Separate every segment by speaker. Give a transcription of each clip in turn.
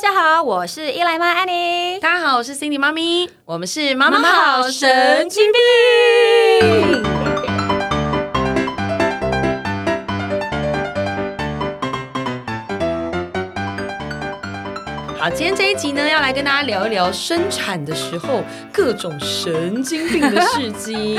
Speaker 1: 家好，我是伊莱妈安妮，
Speaker 2: 大家好，我是 Cindy 妈咪，我们是妈
Speaker 1: 经病。
Speaker 2: 好，今天这一集呢，要来跟大家聊一聊生产的时候各种神经病的事 迹。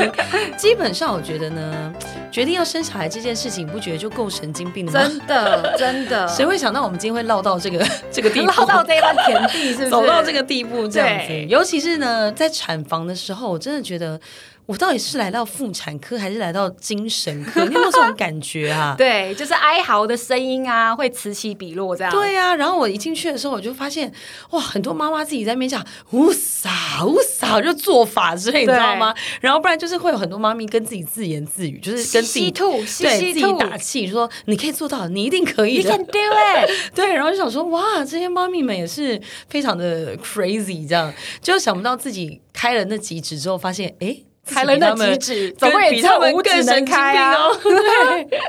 Speaker 2: 基本上，我觉得呢，决定要生小孩这件事情，不觉得就够神经病了吗？
Speaker 1: 真的，真的，
Speaker 2: 谁会想到我们今天会落到这个这个地 步？
Speaker 1: 捞到这一番田地，是不是？
Speaker 2: 走到这个地步这样子
Speaker 1: 对。？
Speaker 2: 尤其是呢，在产房的时候，我真的觉得我到底是来到妇产科还是来到精神科？ 你有没有这种感觉啊
Speaker 1: 对，就是哀嚎的声音啊，会此起彼落这样。
Speaker 2: 对呀、然后我一进去的时候，我就发现哇，很多妈妈自己在那边讲呜撒呜撒，就做法之类，你知道吗？然后不然就是会有很多妈咪跟自己自言自语，就是跟自
Speaker 1: 吸
Speaker 2: 己
Speaker 1: 吐，
Speaker 2: 对
Speaker 1: 吸
Speaker 2: 自
Speaker 1: 吐
Speaker 2: 己打气，说你可以做到，你一定可以
Speaker 1: ，You
Speaker 2: 的
Speaker 1: can。do it。
Speaker 2: 对，然后就想说，哇，这些妈咪们也是非常的 crazy，这样就想不到自己开了那几指之后，发现哎，诶自己
Speaker 1: 开了
Speaker 2: 比
Speaker 1: 那
Speaker 2: 他们
Speaker 1: 几指
Speaker 2: 更
Speaker 1: 总共也
Speaker 2: 比
Speaker 1: 只
Speaker 2: 他
Speaker 1: 有
Speaker 2: 们
Speaker 1: 五指
Speaker 2: 更神
Speaker 1: 能
Speaker 2: 经
Speaker 1: 开
Speaker 2: 病
Speaker 1: 啊
Speaker 2: 哦， 对，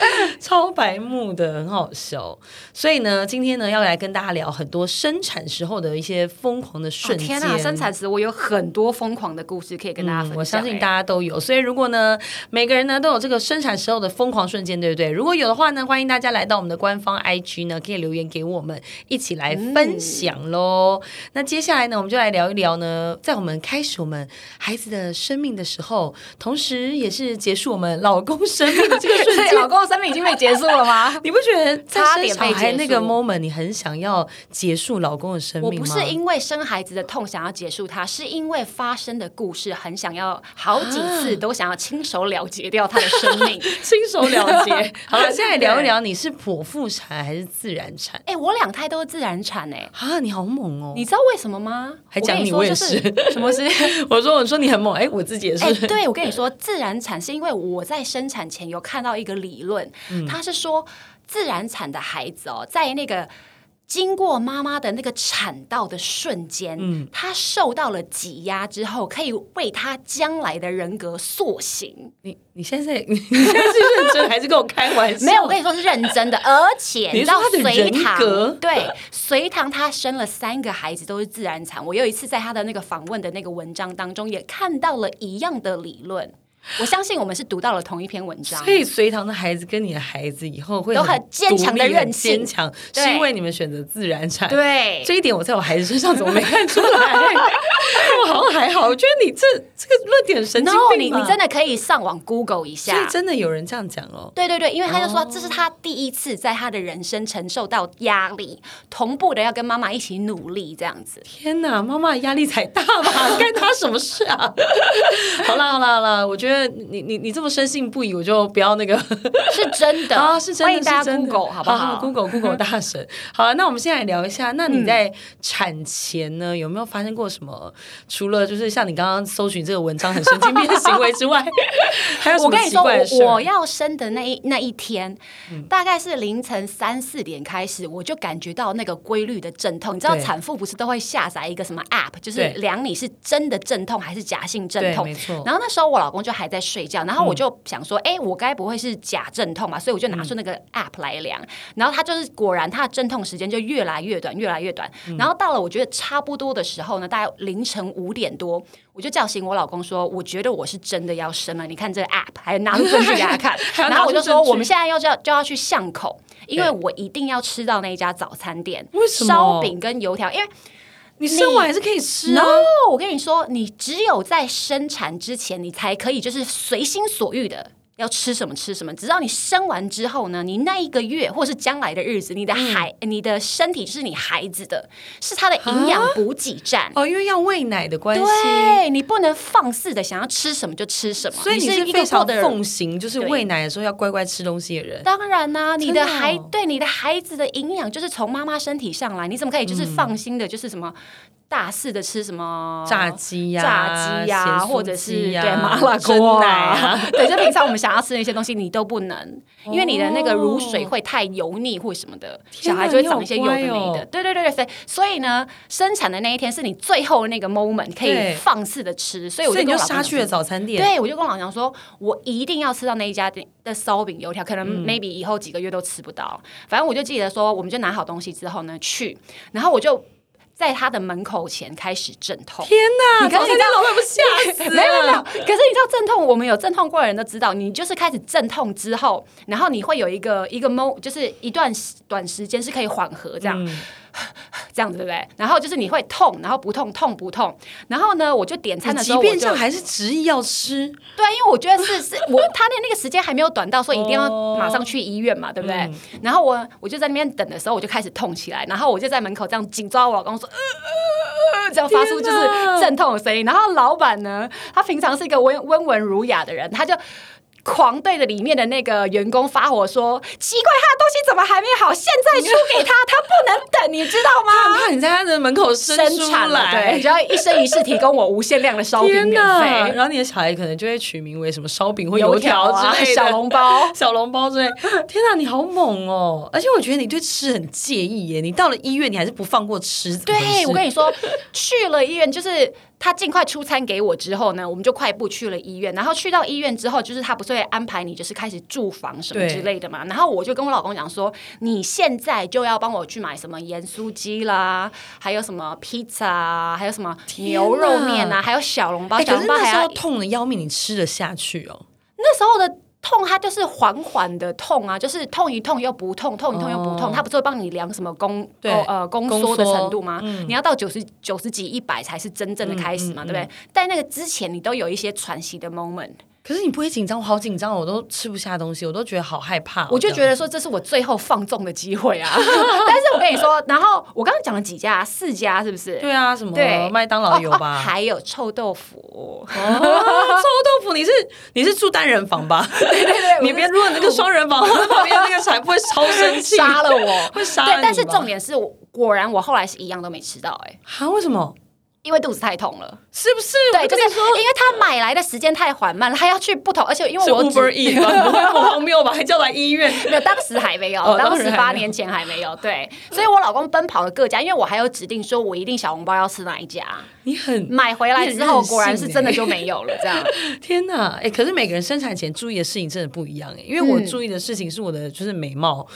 Speaker 2: 超白目的，很好笑。所以呢，今天呢要来跟大家聊很多生产时候的一些疯狂的瞬间。
Speaker 1: 哦天啊生产时我有很多疯狂的故事可以跟大家分享。
Speaker 2: 嗯我相信
Speaker 1: 哎
Speaker 2: 大家都有，所以如果呢，每个人呢都有这个生产时候的疯狂瞬间，对不对？如果有的话呢，欢迎大家来到我们的官方 IG 呢，可以留言给我们，一起来分享喽。那接下来呢，我们就来聊一聊呢，在我们开始我们孩子的生命的时候，同时也是结束我们老公生命的这 个瞬
Speaker 1: 所以
Speaker 2: 间？
Speaker 1: 老。公的生命已经被结束了吗
Speaker 2: 你不觉得在
Speaker 1: 差
Speaker 2: 生
Speaker 1: 点
Speaker 2: 小
Speaker 1: 被
Speaker 2: 孩
Speaker 1: 结
Speaker 2: 那个
Speaker 1: 束
Speaker 2: moment，你很想要结束老公的生
Speaker 1: 我
Speaker 2: 命吗？
Speaker 1: 不是因为生孩子的痛想要结束它，是因为发生的故事很想要，好几次都想要亲手了结掉他的生 命。
Speaker 2: 亲手了 结。 好了，现在聊一
Speaker 1: 对
Speaker 2: 聊，你是剖腹产还是自然产？
Speaker 1: 哎、我两胎都是自然产哎、
Speaker 2: 啊，你好猛哦！
Speaker 1: 你知道为什么吗？
Speaker 2: 还讲
Speaker 1: 我跟
Speaker 2: 你
Speaker 1: 说
Speaker 2: 我也
Speaker 1: 就是 什么事？
Speaker 2: 我说我说你很猛，哎，我自己也是。
Speaker 1: 哎、对，我跟你说，自然产是因为我在生产前有看到一个理论，
Speaker 2: 嗯
Speaker 1: 他、是说自然产的孩子哦，在那个。经过妈妈的那个产道的瞬间，
Speaker 2: 嗯
Speaker 1: 他受到了挤压之后，可以为他将来的人格塑形。
Speaker 2: 你你现在在你 现在是认真还是跟我开玩 笑？
Speaker 1: 没有，我跟你说是认真的，而且
Speaker 2: 你
Speaker 1: 你知道
Speaker 2: 说他的
Speaker 1: 隋
Speaker 2: 人格
Speaker 1: 唐 对隋唐他生了三个孩子都是自然产，我有一次在他的那个访问的那个文章当中也看到了一样的理论，我相信我们是读到了同一篇文章
Speaker 2: 所。以隋唐的孩子跟你的孩子以后会
Speaker 1: 都很坚强的
Speaker 2: 独立
Speaker 1: 韧性
Speaker 2: 坚强是
Speaker 1: 对
Speaker 2: 因为你们选择自然产。，
Speaker 1: 对，
Speaker 2: 这一点我在我孩子身上怎么没看 出来？我好像还好，我觉得你这这个论点神经
Speaker 1: 然后你
Speaker 2: 病吧
Speaker 1: 你真的可以上网 Google 一
Speaker 2: 所以
Speaker 1: 下。
Speaker 2: 真的有人这样讲哦。
Speaker 1: 对对对，因为他就说这是他第一次在他的人生承受到压力，同步的要跟妈妈一起努力这样子。
Speaker 2: 天哪，妈妈的压力才大吧？ 干他什么事啊？ 好啦好啦好啦，我觉得你你你这么深信不疑，我就不要那个
Speaker 1: 是真的
Speaker 2: 啊，是真的，
Speaker 1: 欢迎大
Speaker 2: 是
Speaker 1: 家
Speaker 2: 真的
Speaker 1: Google 好不好
Speaker 2: g o o g l e Google 大神。好了，那我们现在来聊一下，那
Speaker 1: 嗯
Speaker 2: 你在产前呢，有没有发生过什么？除了就是像你刚刚搜寻这个文章很神经病的行为之 外，还有什
Speaker 1: 我
Speaker 2: 么
Speaker 1: 跟你
Speaker 2: 奇
Speaker 1: 说，
Speaker 2: 怪的事儿？嗯
Speaker 1: 我我要生的那一那一天，大概是凌晨三四点开始，我就感觉到那个规律的阵痛。你知道
Speaker 2: 对
Speaker 1: 产妇不是都会下载一个什么 app，就是
Speaker 2: 对
Speaker 1: 量你是真的阵痛还是假性阵
Speaker 2: 对，
Speaker 1: 痛
Speaker 2: 没。错。
Speaker 1: 然后那时候我老公就还在睡觉，然后我
Speaker 2: 嗯
Speaker 1: 就想说，哎、我该不会是假阵痛吧？所以我就拿出那个 app 来量，然后他就是果然他的阵痛时间就越来越短，越来越短。
Speaker 2: 嗯
Speaker 1: 然后到了我觉得差不多的时候呢，大概凌晨五点多，我就叫醒我老公说，我觉得我是真的要生了，你看这个 app，还拿出证据给他看
Speaker 2: 。还要拿出
Speaker 1: 然后我就说，
Speaker 2: 证据
Speaker 1: 我们现在要就要就要去巷口，因为
Speaker 2: 对
Speaker 1: 我一定要吃到那一家早餐店，
Speaker 2: 为什么
Speaker 1: 烧饼跟油条，因为。
Speaker 2: 你生完还是可以吃啊
Speaker 1: no，。我跟你说，你只有在生产之前，你才可以就是随心所欲的要吃什么吃什么。直到你生完之后呢，你那一个月或是将来的日子，你的
Speaker 2: 嗯
Speaker 1: 孩、你的身体就是你孩子的，是他的营养补给站。
Speaker 2: 哦，因为要喂奶的关系，
Speaker 1: 对啊你不能放肆的想要吃什么就吃什么，
Speaker 2: 所以
Speaker 1: 你
Speaker 2: 你是非
Speaker 1: 一个过
Speaker 2: 常
Speaker 1: 的人。
Speaker 2: 奉行就是
Speaker 1: 对
Speaker 2: 喂奶的时候要乖乖吃东西的人。
Speaker 1: 当然啦、你的
Speaker 2: 真的哦
Speaker 1: 孩对你的孩子的营养就是从妈妈身体上来，你怎么可以
Speaker 2: 嗯
Speaker 1: 就是放心的，就是什么大肆的吃什么
Speaker 2: 炸哦鸡呀、
Speaker 1: 炸鸡呀、
Speaker 2: 咸酥
Speaker 1: 或者是
Speaker 2: 鸡呀
Speaker 1: 对麻辣
Speaker 2: 蒸
Speaker 1: 锅
Speaker 2: 奶
Speaker 1: 啊
Speaker 2: 啊，
Speaker 1: 对，就平常我们想要吃的一些东西，你都不能，因为你的那个乳水会太油腻或什么的，
Speaker 2: 天
Speaker 1: 小
Speaker 2: 哪
Speaker 1: 孩就会长一些有的
Speaker 2: 你好
Speaker 1: 没
Speaker 2: 乖哦
Speaker 1: 的。对对对对，所以所以呢，生产的那一天是你最后那个 moment 可
Speaker 2: 对
Speaker 1: 以放肆的吃，所以我
Speaker 2: 所
Speaker 1: 就
Speaker 2: 以你
Speaker 1: 跟
Speaker 2: 就
Speaker 1: 我老公
Speaker 2: 杀
Speaker 1: 讲
Speaker 2: 去了早餐店。
Speaker 1: 对，我就跟我老娘说，我一定要吃到那一家店的烧饼油条，可能 maybe 以后几个月都吃不到。反正我就记得说，我们就拿好东西之后呢去，然后我就在他的门口前开始阵痛。
Speaker 2: 天哪！
Speaker 1: 你看
Speaker 2: 早餐
Speaker 1: 你知
Speaker 2: 店
Speaker 1: 道
Speaker 2: 老板不吓死
Speaker 1: 没有没有没有，
Speaker 2: 了？
Speaker 1: 可是你知道阵痛，我们有阵痛过的人都知道，你就是开始阵痛之后，然后你会有一个一个 mo，就是一段时短时间是可以缓和这样，这样子对不对？然后就是你会痛，然后不痛，痛不痛？然后呢，我就点餐
Speaker 2: 你
Speaker 1: 的时
Speaker 2: 即
Speaker 1: 候，我
Speaker 2: 便
Speaker 1: 就
Speaker 2: 这样还是执意要吃，
Speaker 1: 对，啊因为我觉得 是是我他的那个时间还没有短到，所以一定要
Speaker 2: 哦
Speaker 1: 马上去医院嘛，对不对？
Speaker 2: 嗯
Speaker 1: 然后我我就在那边等的时候，我就开始痛起来，然后我就在门口这样紧抓我老公说，呃呃呃呃，这样发出
Speaker 2: 天
Speaker 1: 就
Speaker 2: 哪
Speaker 1: 是阵痛的声音。然后老板呢，他平常是一个温温文儒雅的人，他就。狂对着里面的那个员工发火说：“奇怪，他的东西怎么还没好？现在出给他，他不能等，你知道吗？”
Speaker 2: 怕你在他的门口 伸出
Speaker 1: 生产了，对，
Speaker 2: 来。
Speaker 1: 只要一生一世提供我无限量的烧饼
Speaker 2: 天
Speaker 1: 免
Speaker 2: 哪！
Speaker 1: 费，
Speaker 2: 然后你的小孩可能就会取名为什么烧饼或
Speaker 1: 油
Speaker 2: 条
Speaker 1: 条啊，
Speaker 2: 之类的，
Speaker 1: 小笼包，
Speaker 2: 小笼包之类。天哪，你好猛哦！而且我觉得你对吃很介意耶，你到了医院你还是不放过吃。怎么回
Speaker 1: 对，
Speaker 2: 事
Speaker 1: 我跟你说，去了医院就是他尽快出餐给我之后呢，我们就快步去了医院。然后去到医院之后，就是他不是会安排你就是开始住房什么
Speaker 2: 对
Speaker 1: 之类的嘛。然后我就跟我老公讲说，你现在就要帮我去买什么盐酥鸡啦，还有什么披萨啊，还有什么牛肉面
Speaker 2: 天哪
Speaker 1: 啊，还有小笼包，
Speaker 2: 哎，
Speaker 1: 小
Speaker 2: 可是
Speaker 1: 笼包
Speaker 2: 那时候
Speaker 1: 还要
Speaker 2: 痛的要命，你吃得下去哦？
Speaker 1: 那时候的痛，它就是缓缓的痛啊，就是痛一痛又不痛，痛一痛又不痛。
Speaker 2: 哦
Speaker 1: 它不是会帮你量什么宫
Speaker 2: 对
Speaker 1: 哦呃宫
Speaker 2: 宫
Speaker 1: 缩的
Speaker 2: 缩
Speaker 1: 程度吗？
Speaker 2: 嗯
Speaker 1: 你要到九十九十几、一百才是真正的开始嘛，对不对？在那个之前，你都有一些喘息的 moment，、
Speaker 2: 可是你不会紧张？我好紧张哦，我都吃不下东西，我都觉得好害怕哦。
Speaker 1: 我就觉
Speaker 2: 得
Speaker 1: 得说这是我最后放纵的机会啊。 但是我跟你说，然后我刚刚讲了几家，四家是不是？
Speaker 2: 对啊，什么
Speaker 1: 对
Speaker 2: 麦当劳有
Speaker 1: 哦哦
Speaker 2: 吧？
Speaker 1: 还有臭豆 腐，
Speaker 2: 哦臭豆腐，你是你是住单人房吧？对对 对，你别如果那个双人 房，我在旁边那个才不会超生气，
Speaker 1: 杀了我，
Speaker 2: 会杀了
Speaker 1: 对
Speaker 2: 你，
Speaker 1: 但是
Speaker 2: 吧
Speaker 1: 重点是我果然我后来是一样都没吃到、哎，
Speaker 2: 啊？为什么？
Speaker 1: 因为肚子太痛了。
Speaker 2: 是不是？
Speaker 1: 对，
Speaker 2: 我
Speaker 1: 就
Speaker 2: 跟
Speaker 1: 是
Speaker 2: 你说，
Speaker 1: 因为他买来的时间太缓慢了，他要去不同，而且因为
Speaker 2: 是
Speaker 1: 我只
Speaker 2: Uber E 吧？不会不荒谬吧？还叫来医院？
Speaker 1: 没有，当时还没有，
Speaker 2: 哦当
Speaker 1: 当
Speaker 2: 时
Speaker 1: 时
Speaker 2: 还
Speaker 1: 八
Speaker 2: 没有
Speaker 1: 年前还没有，对，所以我老公奔跑了各家，因为我还有指定说，我一定小笼包要吃哪一家，
Speaker 2: 你很
Speaker 1: 买回来
Speaker 2: 你很
Speaker 1: 之后
Speaker 2: 任
Speaker 1: 果然
Speaker 2: 性
Speaker 1: 是真的
Speaker 2: 欸
Speaker 1: 就没有了，这样，
Speaker 2: 天哪！哎、可是每个人生产前注意的事情真的不一样哎、因为我
Speaker 1: 嗯
Speaker 2: 注意的事情是我的就是美貌，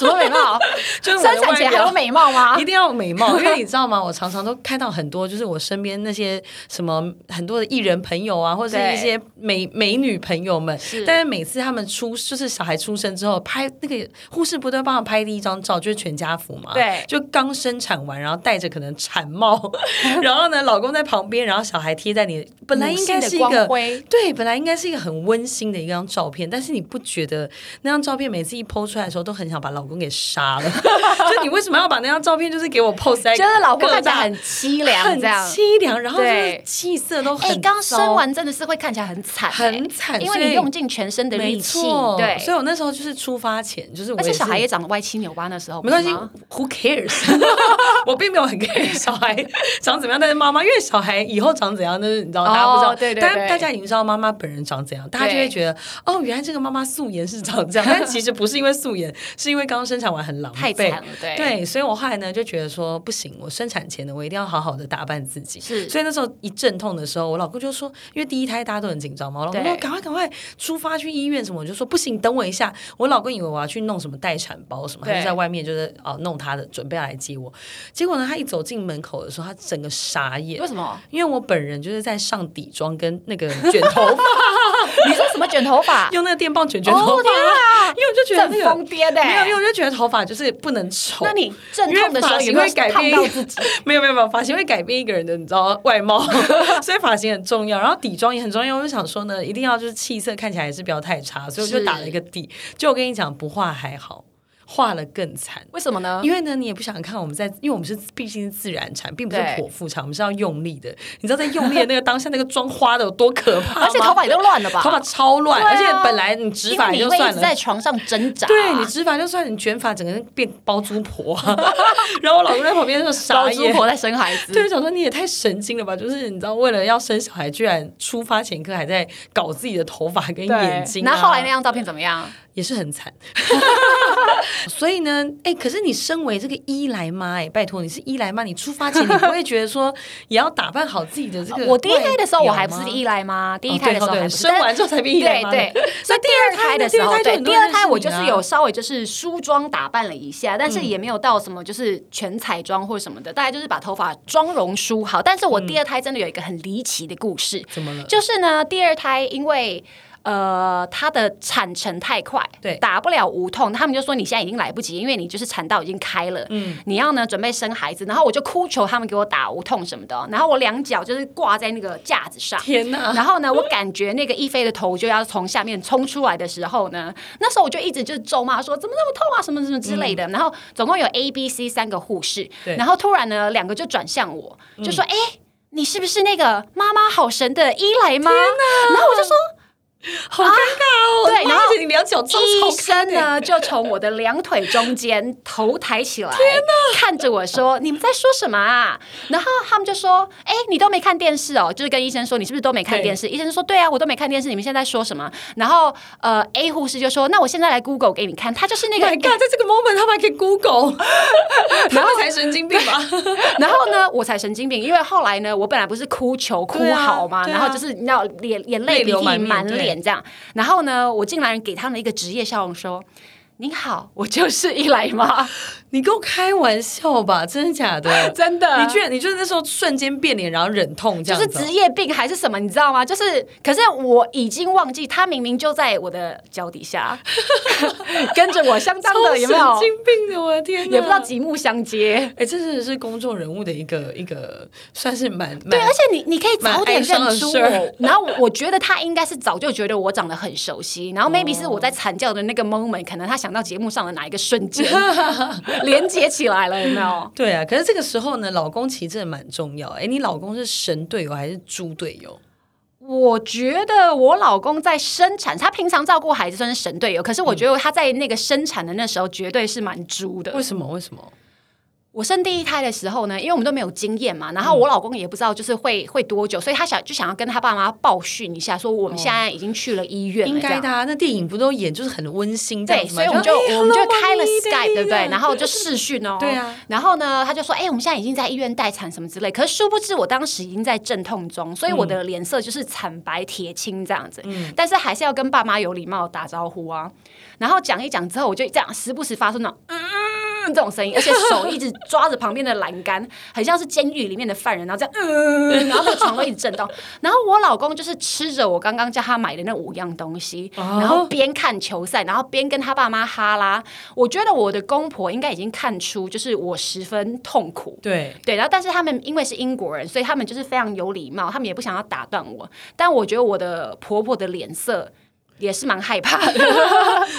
Speaker 1: 什么美貌？
Speaker 2: 就是我的
Speaker 1: 生产前
Speaker 2: 外
Speaker 1: 还
Speaker 2: 表
Speaker 1: 有美貌吗
Speaker 2: 一？定要美 貌，因为你知道吗？我常常都看到很多，就是我身边那些什么很多的艺人朋友啊，或者是
Speaker 1: 对
Speaker 2: 一些美美女朋友们，
Speaker 1: 是
Speaker 2: 但是每次他们出就是小孩出生之后拍那个护士不都帮他拍第一张照，就是全家福嘛，
Speaker 1: 对
Speaker 2: 就刚生产完，然后戴着可能产帽， 然后呢，老公在旁边，然后小孩贴在你，本来应该是一
Speaker 1: 母性的
Speaker 2: 个
Speaker 1: 光辉
Speaker 2: 对，本来应该是一个很温馨的一张照片，但是你不觉得那张照片每次一剖出来的时候，都很想把老公给杀 了？就你为什么要把那张照片就是给我 pose 在
Speaker 1: 就是老公
Speaker 2: 各
Speaker 1: 看起来
Speaker 2: 大
Speaker 1: 很凄凉，
Speaker 2: 很
Speaker 1: 这样。
Speaker 2: 凄凉，然后就是
Speaker 1: 对
Speaker 2: 气色都很
Speaker 1: 哎，刚
Speaker 2: 糟
Speaker 1: 生完真的是会看起来很惨欸，
Speaker 2: 很惨，
Speaker 1: 因为
Speaker 2: 所以
Speaker 1: 你用尽全身的
Speaker 2: 没
Speaker 1: 力气，
Speaker 2: 错，
Speaker 1: 对，
Speaker 2: 所以我那时候就是出发前就是我
Speaker 1: 而且
Speaker 2: 也是
Speaker 1: 小孩也长得歪七扭八，那时候
Speaker 2: 没关系
Speaker 1: 不是吗
Speaker 2: ，Who cares？我并没有很 care 小孩长怎么样，但是妈妈因为小孩以后长怎样，那是你知道，大家不知道，
Speaker 1: 哦对对
Speaker 2: 但
Speaker 1: 对
Speaker 2: 大家已经知道妈妈本人长怎样，大家就会觉得哦，原来这个妈妈素颜是长这样，但其实不是因为素颜，是因为刚生产完很狼狈，
Speaker 1: 太惨了，对
Speaker 2: 对，所以我后来呢就觉得说不行，我生产前呢我一定要好好的打扮自己。
Speaker 1: 是
Speaker 2: 所以那时候一阵痛的时候，我老公就说，因为第一胎大家都很紧张嘛，我老公说
Speaker 1: 对
Speaker 2: 赶快赶快出发去医院什么，我就说不行，等我一下。我老公以为我要去弄什么待产包什么，他就
Speaker 1: 对
Speaker 2: 在外面就是哦弄他的，准备要来接我。结果呢，他一走进门口的时候，他整个傻眼
Speaker 1: 为。什么？
Speaker 2: 因为我本人就是在上底妆跟那个卷头 发，
Speaker 1: 你说什么卷头 发？
Speaker 2: 用那个电棒卷卷头
Speaker 1: 哦
Speaker 2: 发，
Speaker 1: 天啊
Speaker 2: 因为我就觉得那
Speaker 1: 正疯
Speaker 2: 个
Speaker 1: 癫的、
Speaker 2: 没有，因为我就觉得头发就是不能丑。
Speaker 1: 那你阵痛的时候
Speaker 2: 欸因
Speaker 1: 也
Speaker 2: 为发
Speaker 1: 会
Speaker 2: 型会改
Speaker 1: 烫
Speaker 2: 变
Speaker 1: 到自己。
Speaker 2: 没有没有没有，发型会改变一个人的，你知道外 貌，所以发型很重要，然后底妆也很重要。我就想说呢，一定要就是气色看起来还是不要太差，所以我就是打了一个底。就我跟你讲，不画还好，画了更惨。
Speaker 1: 为什么呢？
Speaker 2: 因为呢，你也不想看我们在，因为我们是毕竟是自然产，并不是
Speaker 1: 对
Speaker 2: 剖腹产，我们是要用力的。你知道在用力的那个当下，那个妆花的有多可怕吗
Speaker 1: 而且头发也都乱了吧？
Speaker 2: 头发超乱，
Speaker 1: 对啊
Speaker 2: 而且本来你直
Speaker 1: 因
Speaker 2: 发
Speaker 1: 为
Speaker 2: 也
Speaker 1: 你
Speaker 2: 就
Speaker 1: 会
Speaker 2: 算
Speaker 1: 一直
Speaker 2: 了，
Speaker 1: 在床上挣扎。
Speaker 2: 对你直发就算，你卷发整个人变包租婆、啊， 然后我老公在旁边就傻
Speaker 1: 老
Speaker 2: 眼
Speaker 1: 猪。婆在生孩子。
Speaker 2: 对，想说你也太神经了吧！就是你知道，为了要生小孩，居然出发前一刻还在搞自己的头发跟
Speaker 1: 对
Speaker 2: 眼睛、啊。
Speaker 1: 然后后来那张照片怎么样？
Speaker 2: 也是很惨。 所以呢，哎、可是你身为这个伊莱妈，哎，拜托你是伊莱妈，你出发前你不会觉得说也要打扮好自己的这个？
Speaker 1: 我第一胎的时候我还不是，一来吗？第一胎的时候
Speaker 2: 哦对哦
Speaker 1: 还
Speaker 2: 对
Speaker 1: 不是，
Speaker 2: 生完之后才变一来
Speaker 1: 对
Speaker 2: 妈
Speaker 1: 对
Speaker 2: 的，
Speaker 1: 所以第二胎的时候，
Speaker 2: 啊
Speaker 1: 对第二胎我就是有稍微就是梳妆打扮了一下，
Speaker 2: 嗯
Speaker 1: 但是也没有到什么就是全彩妆或什么的，大概就是把头发妆容梳好。但是我
Speaker 2: 嗯
Speaker 1: 第二胎真的有一个很离奇的故事，
Speaker 2: 怎么了？
Speaker 1: 就是呢，第二胎因为。呃，它的产程太快，
Speaker 2: 对
Speaker 1: 打不了无痛，他们就说你现在已经来不及，因为你就是产道已经开了，嗯，你要呢准备生孩子，然后我就哭求他们给我打无痛什么的哦，然后我两脚就是挂在那个架子上，
Speaker 2: 天哪！
Speaker 1: 然后呢，我感觉那个一菲的头就要从下面冲出来的时候呢，那时候我就一直就是咒骂说怎么那么痛啊，什么什么之类的。然后总共有 A、B、C 三个护士，
Speaker 2: 嗯对
Speaker 1: 然后突然呢，两个就转向我，就说：“哎、你是不是那个妈妈好神的伊莱吗？”然后我就说。
Speaker 2: 好尴尬哦！
Speaker 1: 对
Speaker 2: 妈
Speaker 1: 然后
Speaker 2: 而且你两脚超
Speaker 1: 医
Speaker 2: 超开
Speaker 1: 生呢，就从我的两腿中间头抬起来，看着我说：“哎你们在说什么啊？”然后他们就说：“哎、你都没看电视哦。”就是跟医生说：“你是不是都没看电视？”医生说：“对啊，我都没看电视。”你们现在在说什么？然后呃，A 护士就说：“那我现在来 Google 给你看，他就 是那个
Speaker 2: Oh My God，在这个 moment 他们还可以 Google，他们才神经病吧？
Speaker 1: 然后呢，我才神经病，因为后来呢，我本来不是哭求哭
Speaker 2: 对啊
Speaker 1: 嚎嘛，
Speaker 2: 对啊
Speaker 1: 然后就是你知道眼眼泪
Speaker 2: 泪
Speaker 1: 鼻
Speaker 2: 流
Speaker 1: 涕
Speaker 2: 满面
Speaker 1: 满
Speaker 2: 对
Speaker 1: 脸这样，然后呢，我竟然给他们一个职业笑容说。您好，我就是伊莱妈，
Speaker 2: 你跟我开玩笑吧？真的假 的？啊
Speaker 1: 真的
Speaker 2: 你居然你居然那时候瞬间变脸，然后忍痛这样
Speaker 1: 就是
Speaker 2: 子、哦
Speaker 1: 职业病还是什么，你知道吗？就是，可是我已经忘记，他明明就在我的脚底 下，跟着我相当的有没
Speaker 2: 超神？
Speaker 1: 有
Speaker 2: 经病啊的，我的天哪！
Speaker 1: 也不知道几目相接。
Speaker 2: 哎、这真的是公众人物的一个一个，算是蛮
Speaker 1: 对，
Speaker 2: 蛮
Speaker 1: 而且你你可以
Speaker 2: 蛮
Speaker 1: 早点
Speaker 2: 哀伤的
Speaker 1: 认出
Speaker 2: 事儿
Speaker 1: 我， 然后我我觉得他应该是早就觉得我长得很熟悉，然后 maybe 是我在惨叫的那个 moment，可能他想到节目上的哪一个瞬 间连接起来了，有没有？
Speaker 2: 对啊。可是这个时候呢，老公其实真的蛮重要。哎、你老公是神队友还是猪队友？
Speaker 1: 我觉得我老公在生产，他平常照顾孩子算是神队友，可是我觉得他在那个生产的那时候绝对是蛮猪的
Speaker 2: 为。什么？为什么？
Speaker 1: 我生第一胎的时候呢，因为我们都没有经验嘛，然后我老公也不知道就是会会多久，所以他想就想要跟他爸妈报讯一下，说我们现在已经去了医院了，
Speaker 2: 应
Speaker 1: 这
Speaker 2: 该
Speaker 1: 样
Speaker 2: 的、啊，那电影不都演就是很温馨这样
Speaker 1: 对，
Speaker 2: 子
Speaker 1: 所
Speaker 2: 吗？
Speaker 1: 以我们就
Speaker 2: 哎
Speaker 1: 我们就
Speaker 2: hello,
Speaker 1: 开了
Speaker 2: mommy,
Speaker 1: Skype，对不对？
Speaker 2: daddy
Speaker 1: 然后就视讯哦。
Speaker 2: 对啊。
Speaker 1: 然后呢，他就说：“哎、我们现在已经在医院待产什么之类。”可是殊不知，我当时已经在阵痛中，所以我的脸色就是惨白铁青这样子。但是还是要跟爸妈有礼貌地打招呼啊。然后讲一讲之后，我就这样时不时发出那种嗯这种声音，而且手一直抓着旁边的栏杆，很像是监狱里面的犯人，然后这样嗯，然后那个床都一直震动。然后我老公就是吃着我刚刚叫他买的那五样东西，
Speaker 2: 哦
Speaker 1: 然后边看球赛，然后边跟他爸妈哈拉。我觉得我的公婆应该已经看出，就是我十分痛苦。
Speaker 2: 对，
Speaker 1: 对，然后但是他们因为是英国人，所以他们就是非常有礼貌，他们也不想要打断我。但我觉得我的婆婆的脸色也是蛮害怕的。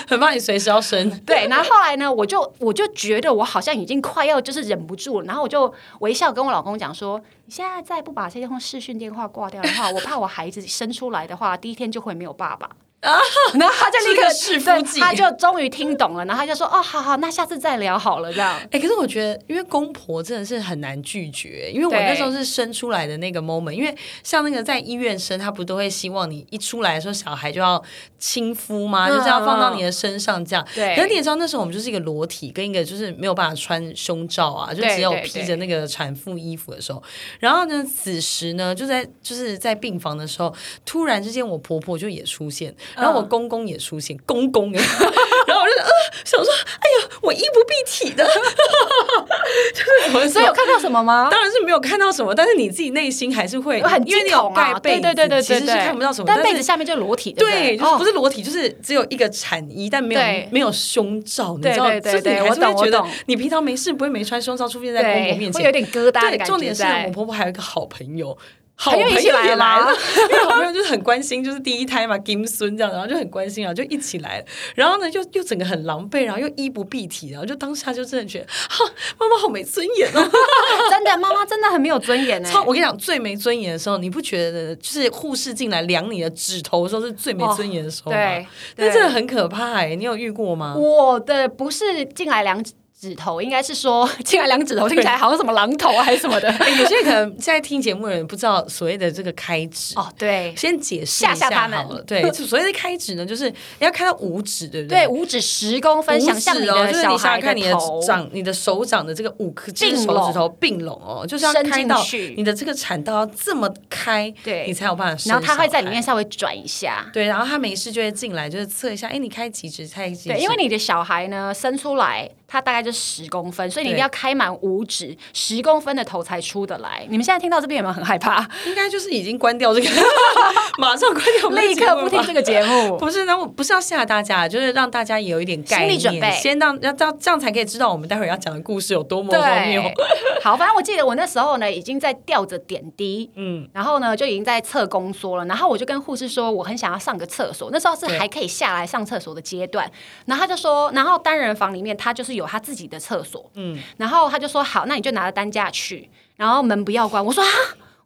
Speaker 2: 很怕你随时要 生。
Speaker 1: 对，然后后来呢，我就我就觉得我好像已经快要就是忍不住了，然后我就微笑跟我老公讲说：“你现在再不把这通视讯电话挂掉的话，我怕我孩子生出来的话，第一天就会没有爸 爸。”然后他就立刻
Speaker 2: 是个弑
Speaker 1: 对
Speaker 2: 父计
Speaker 1: 他就终于听懂了，然后他就说：“哦，好好，那下次再聊好了。”这样，
Speaker 2: 哎、可是我觉得，因为公婆真的是很难拒绝，因为我
Speaker 1: 对
Speaker 2: 那时候是生出来的那个 moment，因为像那个在医院生，他不都会希望你一出来的时候，小孩就要亲肤吗？
Speaker 1: 嗯
Speaker 2: 就是要放到你的身上这样。
Speaker 1: 对
Speaker 2: 可是你也知道，那时候我们就是一个裸体，跟一个就是没有办法穿胸罩啊，就
Speaker 1: 对
Speaker 2: 只有
Speaker 1: 对
Speaker 2: 披着那个产妇衣服的时候。然后呢，此时呢，就在就是在病房的时候，突然之间我婆婆就也出现，然后我
Speaker 1: 嗯
Speaker 2: 公公也出现，公公也。然后我就呃想说，哎呀，我衣不蔽体的， 就是我
Speaker 1: 所以有看到什么吗？
Speaker 2: 当然是没有看到什么，但是你自己内心还是会，
Speaker 1: 我很
Speaker 2: 因为你
Speaker 1: 惊
Speaker 2: 有
Speaker 1: 恐
Speaker 2: 盖
Speaker 1: 啊！
Speaker 2: 被
Speaker 1: 对
Speaker 2: 子，
Speaker 1: 对对对对，
Speaker 2: 其实是
Speaker 1: 对
Speaker 2: 看不到什么，
Speaker 1: 但被
Speaker 2: 是
Speaker 1: 子下面就是裸体，对
Speaker 2: 对，就是
Speaker 1: 哦不对
Speaker 2: 不是裸体，就是只有一个产衣，但没有
Speaker 1: 对
Speaker 2: 没有胸罩，你
Speaker 1: 对
Speaker 2: 知道，
Speaker 1: 对
Speaker 2: 就
Speaker 1: 对
Speaker 2: 是你
Speaker 1: 对
Speaker 2: 还是
Speaker 1: 我
Speaker 2: 会
Speaker 1: 懂我
Speaker 2: 觉得
Speaker 1: 懂
Speaker 2: 你平常没事不会没穿胸罩出现在公婆
Speaker 1: 对，
Speaker 2: 面
Speaker 1: 会有
Speaker 2: 前。
Speaker 1: 点疙瘩的
Speaker 2: 对，
Speaker 1: 感觉在。
Speaker 2: 重点是我婆婆还有一个好朋友。好
Speaker 1: 朋友一起来
Speaker 2: 也
Speaker 1: 了吗
Speaker 2: 来了， 因为好朋友就是很关心，就是第一胎嘛，金孙这样，然后就很关心，然后啊就一起来了，然后呢，就又整个很狼狈，然后又衣不蔽体，然后就当下就真的觉得，哈，妈妈好没尊严哦，
Speaker 1: 真的，妈妈真的很没有尊严欸呢。
Speaker 2: 超！我跟你讲，最没尊严的时候，你不觉得就是护士进来量你的指头的时候是最没尊严的时候吗？
Speaker 1: 哦 对，
Speaker 2: 那
Speaker 1: 对
Speaker 2: 欸
Speaker 1: 嗯
Speaker 2: 真的很可怕哎、你有遇过吗？
Speaker 1: 我的不是进来量指头，应该是说 进来两指头，听起来好像什么榔头啊还是什么的。
Speaker 2: 哎有些人可能在听节目的人不知道所谓的这个开指，
Speaker 1: 哦，对，
Speaker 2: 先解释
Speaker 1: 吓
Speaker 2: 一
Speaker 1: 吓他
Speaker 2: 下
Speaker 1: 们
Speaker 2: 好了。对， 就所谓的开指呢，就是你要看到五指，对不
Speaker 1: 对，
Speaker 2: 对
Speaker 1: 五指十公分，想象你
Speaker 2: 五指哦，
Speaker 1: 的
Speaker 2: 就是
Speaker 1: 小
Speaker 2: 你想想
Speaker 1: 孩
Speaker 2: 看你的
Speaker 1: 头。
Speaker 2: 掌、你的手掌的这个五颗
Speaker 1: 并
Speaker 2: 指
Speaker 1: 拢
Speaker 2: 手指头并拢哦，就是要
Speaker 1: 伸进
Speaker 2: 开到
Speaker 1: 去
Speaker 2: 你的这个产道要这么开，
Speaker 1: 对
Speaker 2: 你才有办法生
Speaker 1: 然后他会在里
Speaker 2: 小孩
Speaker 1: 面。稍微转一下，
Speaker 2: 对，然后他没事就会进来，就是测一下，哎，你开几指？开几指？
Speaker 1: 对，因为你的小孩呢生出来，他大概就十公分，所以你一定
Speaker 2: 对
Speaker 1: 要开满五指，十公分的头才出得来。你们现在听到这边有没有很害 怕？
Speaker 2: 应该就是已经关掉这个， 马上关掉我们的
Speaker 1: 立
Speaker 2: 节目
Speaker 1: 刻
Speaker 2: 了
Speaker 1: 不听
Speaker 2: 吧
Speaker 1: 这个节目。
Speaker 2: 不是，那我不是要吓大家，就是让大家也有一点概念，
Speaker 1: 心理准备
Speaker 2: 先让要这样这样才可以知道我们待会儿要讲的故事有多么荒谬
Speaker 1: 对。， 好，反正我记得我那时候呢，已经在吊着点滴，嗯，然后呢就已经在测宫缩了，然后我就跟护士说我很想要上个厕所，那时候是还可以下来上厕所的阶段，然后他就说，然后单人房里面他就是有他自己的厕所，嗯，然后他就说好，那你就拿着担架去，然后门不要关，我说啊。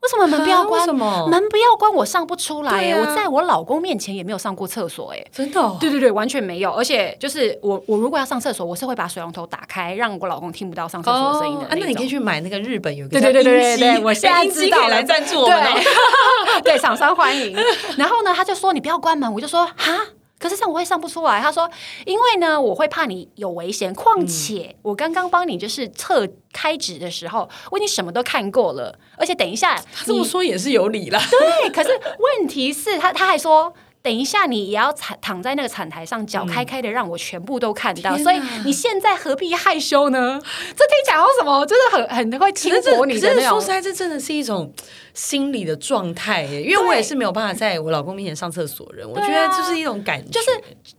Speaker 1: 为什么门不要关？
Speaker 2: 啊为什么
Speaker 1: 门不要关？我上不出来、
Speaker 2: 对
Speaker 1: 耶！
Speaker 2: 啊
Speaker 1: 我在我老公面前也没有上过厕所、耶。
Speaker 2: 真的、哦，
Speaker 1: 对对对，完全没有。而且就是我，我如果要上厕所，我是会把水龙头打开，让我老公听不到上厕所的声音的
Speaker 2: 啊，那
Speaker 1: 那
Speaker 2: 你可
Speaker 1: 种。
Speaker 2: 以去买那个日本有一个
Speaker 1: 对对对对对
Speaker 2: 叫音
Speaker 1: 对，
Speaker 2: 机
Speaker 1: 我现在知
Speaker 2: 哎音机
Speaker 1: 道
Speaker 2: 可以
Speaker 1: 了
Speaker 2: 来赞助我们哦。
Speaker 1: 嗯对 对，厂商欢迎。然后呢，他就说你不要关门，我就说哈。可是这样我会上不出来。他说，因为呢，我会怕你有危险。况且我刚刚帮你就是测开指的时候，我已经什么都看过了。而且等一下，
Speaker 2: 他这
Speaker 1: 你
Speaker 2: 么说也是有理 啦。
Speaker 1: 对，可是问题是他他还说。等一下，你也要躺躺在那个产台上，脚开开的，让我全部都看到。
Speaker 2: 嗯天
Speaker 1: 所以
Speaker 2: 哪
Speaker 1: 你现在何必害羞呢？这听起来好像什么，就是很很会轻
Speaker 2: 可是
Speaker 1: 薄你的
Speaker 2: 可
Speaker 1: 那
Speaker 2: 是说实
Speaker 1: 种。
Speaker 2: 在，这真的是一种心理的状态耶，因为我也是没有办法在我老公面前上厕所的人，我觉
Speaker 1: 对
Speaker 2: 得
Speaker 1: 啊
Speaker 2: 这是一种感觉，
Speaker 1: 就是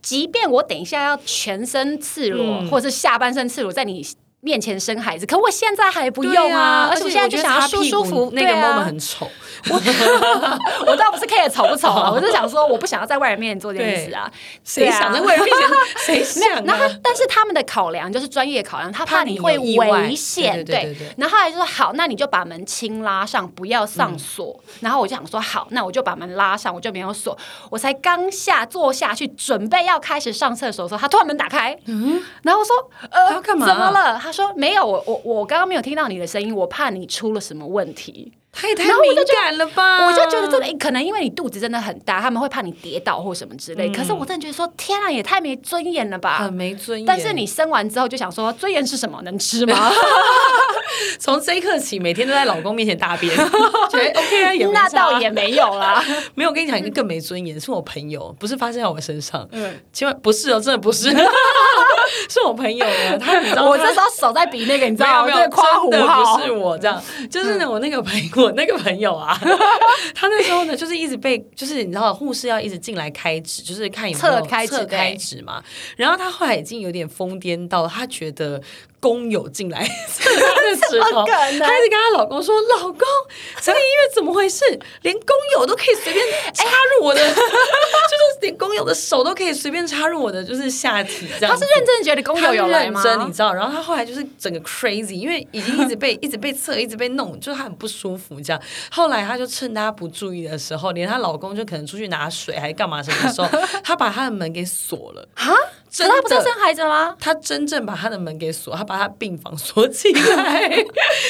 Speaker 1: 即便我等一下要全身赤裸，
Speaker 2: 嗯
Speaker 1: 或者是下半身赤裸，在你面前生孩子，可我现在还不
Speaker 2: 对
Speaker 1: 用啊。
Speaker 2: 而
Speaker 1: 而且我
Speaker 2: 且
Speaker 1: 现在
Speaker 2: 我
Speaker 1: 就
Speaker 2: 觉得
Speaker 1: 想要
Speaker 2: 擦
Speaker 1: 舒
Speaker 2: 屁
Speaker 1: 舒
Speaker 2: 股
Speaker 1: 服。
Speaker 2: 那个
Speaker 1: 对啊
Speaker 2: moment 很丑，
Speaker 1: 我 倒不是 care 丑不丑啊，我就想说，我不想要在外人面前做这件
Speaker 2: 对
Speaker 1: 事啊。
Speaker 2: 谁
Speaker 1: 对啊
Speaker 2: 想在外人面 前？谁想
Speaker 1: 那
Speaker 2: 啊？
Speaker 1: 他但是他们的考量就是专业考量，他
Speaker 2: 怕
Speaker 1: 怕
Speaker 2: 你
Speaker 1: 你
Speaker 2: 有
Speaker 1: 会
Speaker 2: 意外
Speaker 1: 危险，
Speaker 2: 对对对对对
Speaker 1: 然后他还说好，那你就把门轻拉上，不要上锁。
Speaker 2: 嗯
Speaker 1: 然后我就想说好，那我就把门拉上，我就没有锁。我才刚下坐下去，准备要开始上厕所的时候，他突然门打开，嗯，然后我说呃，
Speaker 2: 他要干嘛
Speaker 1: 怎么了？他说没有，我我我刚刚没有听到你的声音，我怕你出了什么问题。
Speaker 2: 他也太
Speaker 1: 然后
Speaker 2: 敏
Speaker 1: 我就觉得
Speaker 2: 感了吧！
Speaker 1: 我就觉得真的、诶可能因为你肚子真的很大，他们会怕你跌倒或什么之
Speaker 2: 嗯
Speaker 1: 类。可是我真的觉得说，天啊，也太没尊严了吧！
Speaker 2: 很啊没尊严。
Speaker 1: 但是你生完之后就想说，尊严是什么？能吃 吗？
Speaker 2: 从这一刻起，每天都在老公面前大 便，觉得 OK 啊，也没
Speaker 1: 那
Speaker 2: 差啊
Speaker 1: 倒也没有 啦。
Speaker 2: 没有。我跟你讲一个更没尊严，是我朋友，不是发生在我身上，嗯，千万不是哦，真的不是， 是我朋友啊，他你知道
Speaker 1: 我
Speaker 2: 他
Speaker 1: 这时候手在比那个，你知
Speaker 2: 没有
Speaker 1: 道
Speaker 2: 没
Speaker 1: 吗？
Speaker 2: 有，
Speaker 1: 这个夸胡
Speaker 2: 真的
Speaker 1: 号嗯
Speaker 2: 不是我这样，就是呢，我那个朋我那个朋友 啊，他那时候呢，就是一直被，就是你知道护士要一直进来开指，就是看有没有
Speaker 1: 测开指
Speaker 2: 测
Speaker 1: 对
Speaker 2: 开指嘛。然后他后来已经有点疯癫到，他觉得工友进来 测他的指头，
Speaker 1: 怎么可
Speaker 2: 他一直
Speaker 1: 能
Speaker 2: 跟她老公说：“老公，这个医院怎么回事？ 连工友都可以随便插入 我的，
Speaker 1: 哎
Speaker 2: 就是连工友的手都可以随便插入我的，就是下体这样
Speaker 1: 他
Speaker 2: 子。”
Speaker 1: 是认真觉得工
Speaker 2: 他
Speaker 1: 友
Speaker 2: 是
Speaker 1: 哦有来
Speaker 2: 认
Speaker 1: 吗？
Speaker 2: 真，你知道？然后他后来就是整个 crazy，因为已经一直 被一直被测，一直被弄，就是他很不舒服这样。后来他就趁大家不注意的时候，连她老公就可能出去拿水还干嘛什么的时候， 他把他的门给锁了。
Speaker 1: 啊？
Speaker 2: 真
Speaker 1: 可
Speaker 2: 的
Speaker 1: 他不是要生孩子了吗？
Speaker 2: 他真正把他的门给锁，他把他病房锁起 来，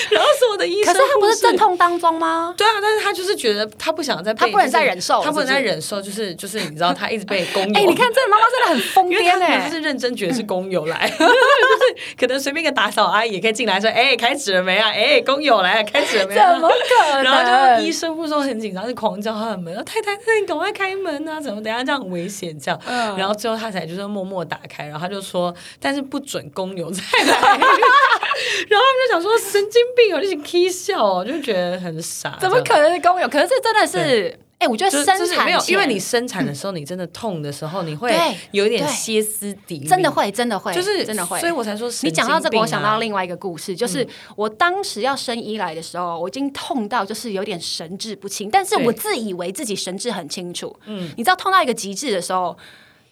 Speaker 2: 然后所有的医生
Speaker 1: 可是他不
Speaker 2: 护
Speaker 1: 是
Speaker 2: 士
Speaker 1: 阵痛当中吗？
Speaker 2: 对啊，但是他就是觉得他不想再被，
Speaker 1: 他不能再
Speaker 2: 就是
Speaker 1: 忍受了
Speaker 2: 他不能
Speaker 1: 是不
Speaker 2: 再
Speaker 1: 是
Speaker 2: 忍受，就是就是你知道他一直 被公友，
Speaker 1: 哎、你看这个妈妈真的很疯
Speaker 2: 因为他
Speaker 1: 癫
Speaker 2: 可能
Speaker 1: 哎、
Speaker 2: 就是认真觉得是工友来， 就是可能随便一个打扫阿姨也可以进来说：“哎、开始了没啊？哎、工友来了，开始了没啊
Speaker 1: 怎么？”可能？
Speaker 2: 然后就医生护士都很紧张，就狂叫他的门，太太，太太，你赶快开门啊！怎么等一下这样很危险这样？
Speaker 1: 嗯
Speaker 2: 然后最后他才就是默默打开，然后他就说：“但是不准工友再来。” 然后他们就想说：“神经病哦，就是 k 笑哦，就觉得很傻。”
Speaker 1: 怎么可能是工友？可是这真的是，哎、我觉得
Speaker 2: 就是
Speaker 1: 生
Speaker 2: 就是
Speaker 1: 产
Speaker 2: 没有，因为
Speaker 1: 前
Speaker 2: 你生产的时候，你真的痛的时候，你会
Speaker 1: 对
Speaker 2: 有一点
Speaker 1: 对
Speaker 2: 歇斯底里，
Speaker 1: 真的会，真的会，
Speaker 2: 就是
Speaker 1: 真的会，
Speaker 2: 所以我才说神经
Speaker 1: 你讲到这个，
Speaker 2: 病啊嗯
Speaker 1: 我想到另外一个故事，就是我当时要生一来的时候，我已经痛到就是有点神志不清，但是
Speaker 2: 对
Speaker 1: 我自以为自己神志很清楚。嗯，你知道痛到一个极致的时候，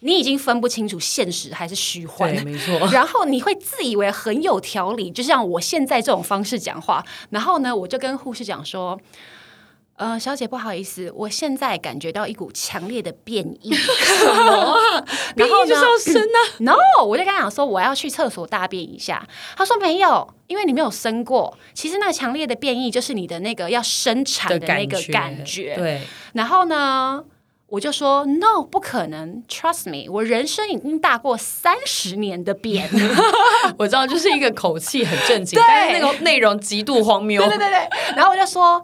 Speaker 1: 你已经分不清楚现实还是虚幻
Speaker 2: 对，。没错。
Speaker 1: 然后你会自以为很有条理，就像我现在这种方式讲话。然后呢，我就跟护士讲说：“呃，小姐，不好意思，我现在感觉到一股强烈的变 异。
Speaker 2: 鼻
Speaker 1: 然后
Speaker 2: 音就是
Speaker 1: 呢
Speaker 2: 要深啊，
Speaker 1: no，我就跟他讲说我要去厕所大便一下。他说没有，因为你没有生过。其实那个强烈的变异就是你的那个要生产啊的那个感觉。
Speaker 2: 对，
Speaker 1: 然后呢，我就说 no，不可能，trust me，我人生已经大过三十年的便。啊
Speaker 2: 我知道，就是一个口气很正经，但是那个内容极度荒谬。
Speaker 1: 对对对。然后我就说，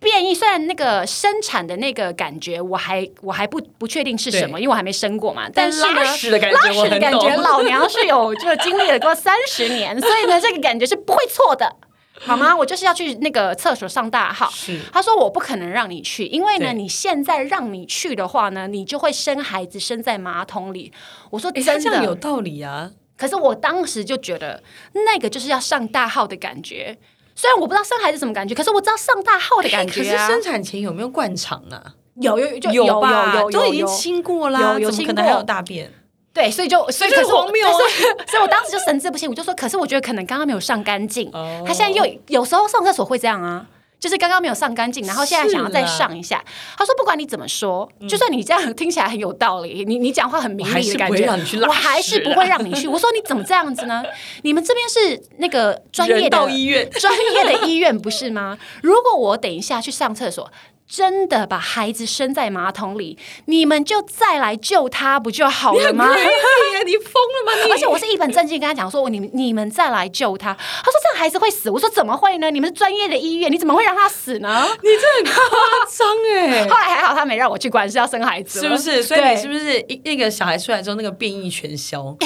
Speaker 1: 变异虽然那个生产的那个感觉，我还我还不不确定是什么，因为我还没生过嘛。但是呢
Speaker 2: 拉。屎的感觉
Speaker 1: 拉
Speaker 2: 我
Speaker 1: 屎的
Speaker 2: 很
Speaker 1: 感觉，
Speaker 2: 懂。
Speaker 1: 老娘是有就经历了过三十年，所以呢，这个感觉是不会错的，好吗？
Speaker 2: 嗯
Speaker 1: 我就是要去那个厕所上大号。
Speaker 2: 是
Speaker 1: 他说我不可能让你去，因为呢，
Speaker 2: 对
Speaker 1: 你现在让你去的话呢，你就会生孩子生在马桶里。我说
Speaker 2: 诶
Speaker 1: 真
Speaker 2: 他
Speaker 1: 的，
Speaker 2: 这样哎有道理啊，
Speaker 1: 可是我当时就觉得那个就是要上大号的感觉。虽然我不知道生孩子什么感觉，可是我知道上大号的感
Speaker 2: 可
Speaker 1: 觉
Speaker 2: 是
Speaker 1: 啊，
Speaker 2: 生产前有没有灌肠啊？
Speaker 1: 有有就有
Speaker 2: 吧，
Speaker 1: 有有
Speaker 2: 都已经
Speaker 1: 有
Speaker 2: 清过啦，
Speaker 1: 有有
Speaker 2: 怎么
Speaker 1: 清
Speaker 2: 可能还
Speaker 1: 过
Speaker 2: 有大便？
Speaker 1: 对，所以就所以
Speaker 2: 这
Speaker 1: 可
Speaker 2: 就是
Speaker 1: 我
Speaker 2: 荒谬啊
Speaker 1: 所以所以我当时就神志不清，我就说，可是我觉得可能刚刚没有上干净，
Speaker 2: 哦
Speaker 1: 他现在又有时候上厕所会这样啊。就是刚刚没有上干净，然后现在想要再
Speaker 2: 是啦
Speaker 1: 上一下。他说：“不管你怎么说，就算你这样听起来很有道理，你你讲话很明
Speaker 2: 我还
Speaker 1: 理
Speaker 2: 是
Speaker 1: 的
Speaker 2: 不
Speaker 1: 感
Speaker 2: 会
Speaker 1: 觉，
Speaker 2: 让你去拉
Speaker 1: 我还是
Speaker 2: 屎
Speaker 1: 不
Speaker 2: 啦
Speaker 1: 会让你去。”我说：“你怎么这样子呢？你们这边是那个专业
Speaker 2: 人
Speaker 1: 的
Speaker 2: 道医院
Speaker 1: 专业的医院不是吗？如果我等一下去上厕所，真的把孩子生在马桶里，你们就再来救他不就好了吗？”
Speaker 2: crazy 啊你疯了吗？你
Speaker 1: 而且我是一本正经跟他讲说，你们你们再来救他。他说这个孩子会死，我说怎么会呢？你们是专业的医院，你怎么会让他死呢？
Speaker 2: 你这很夸张哎
Speaker 1: 后， 来还好他没让我去管，是要生孩子了
Speaker 2: 是不是？所以你
Speaker 1: 对
Speaker 2: 是不是一那个小孩出来之后那个变异全消？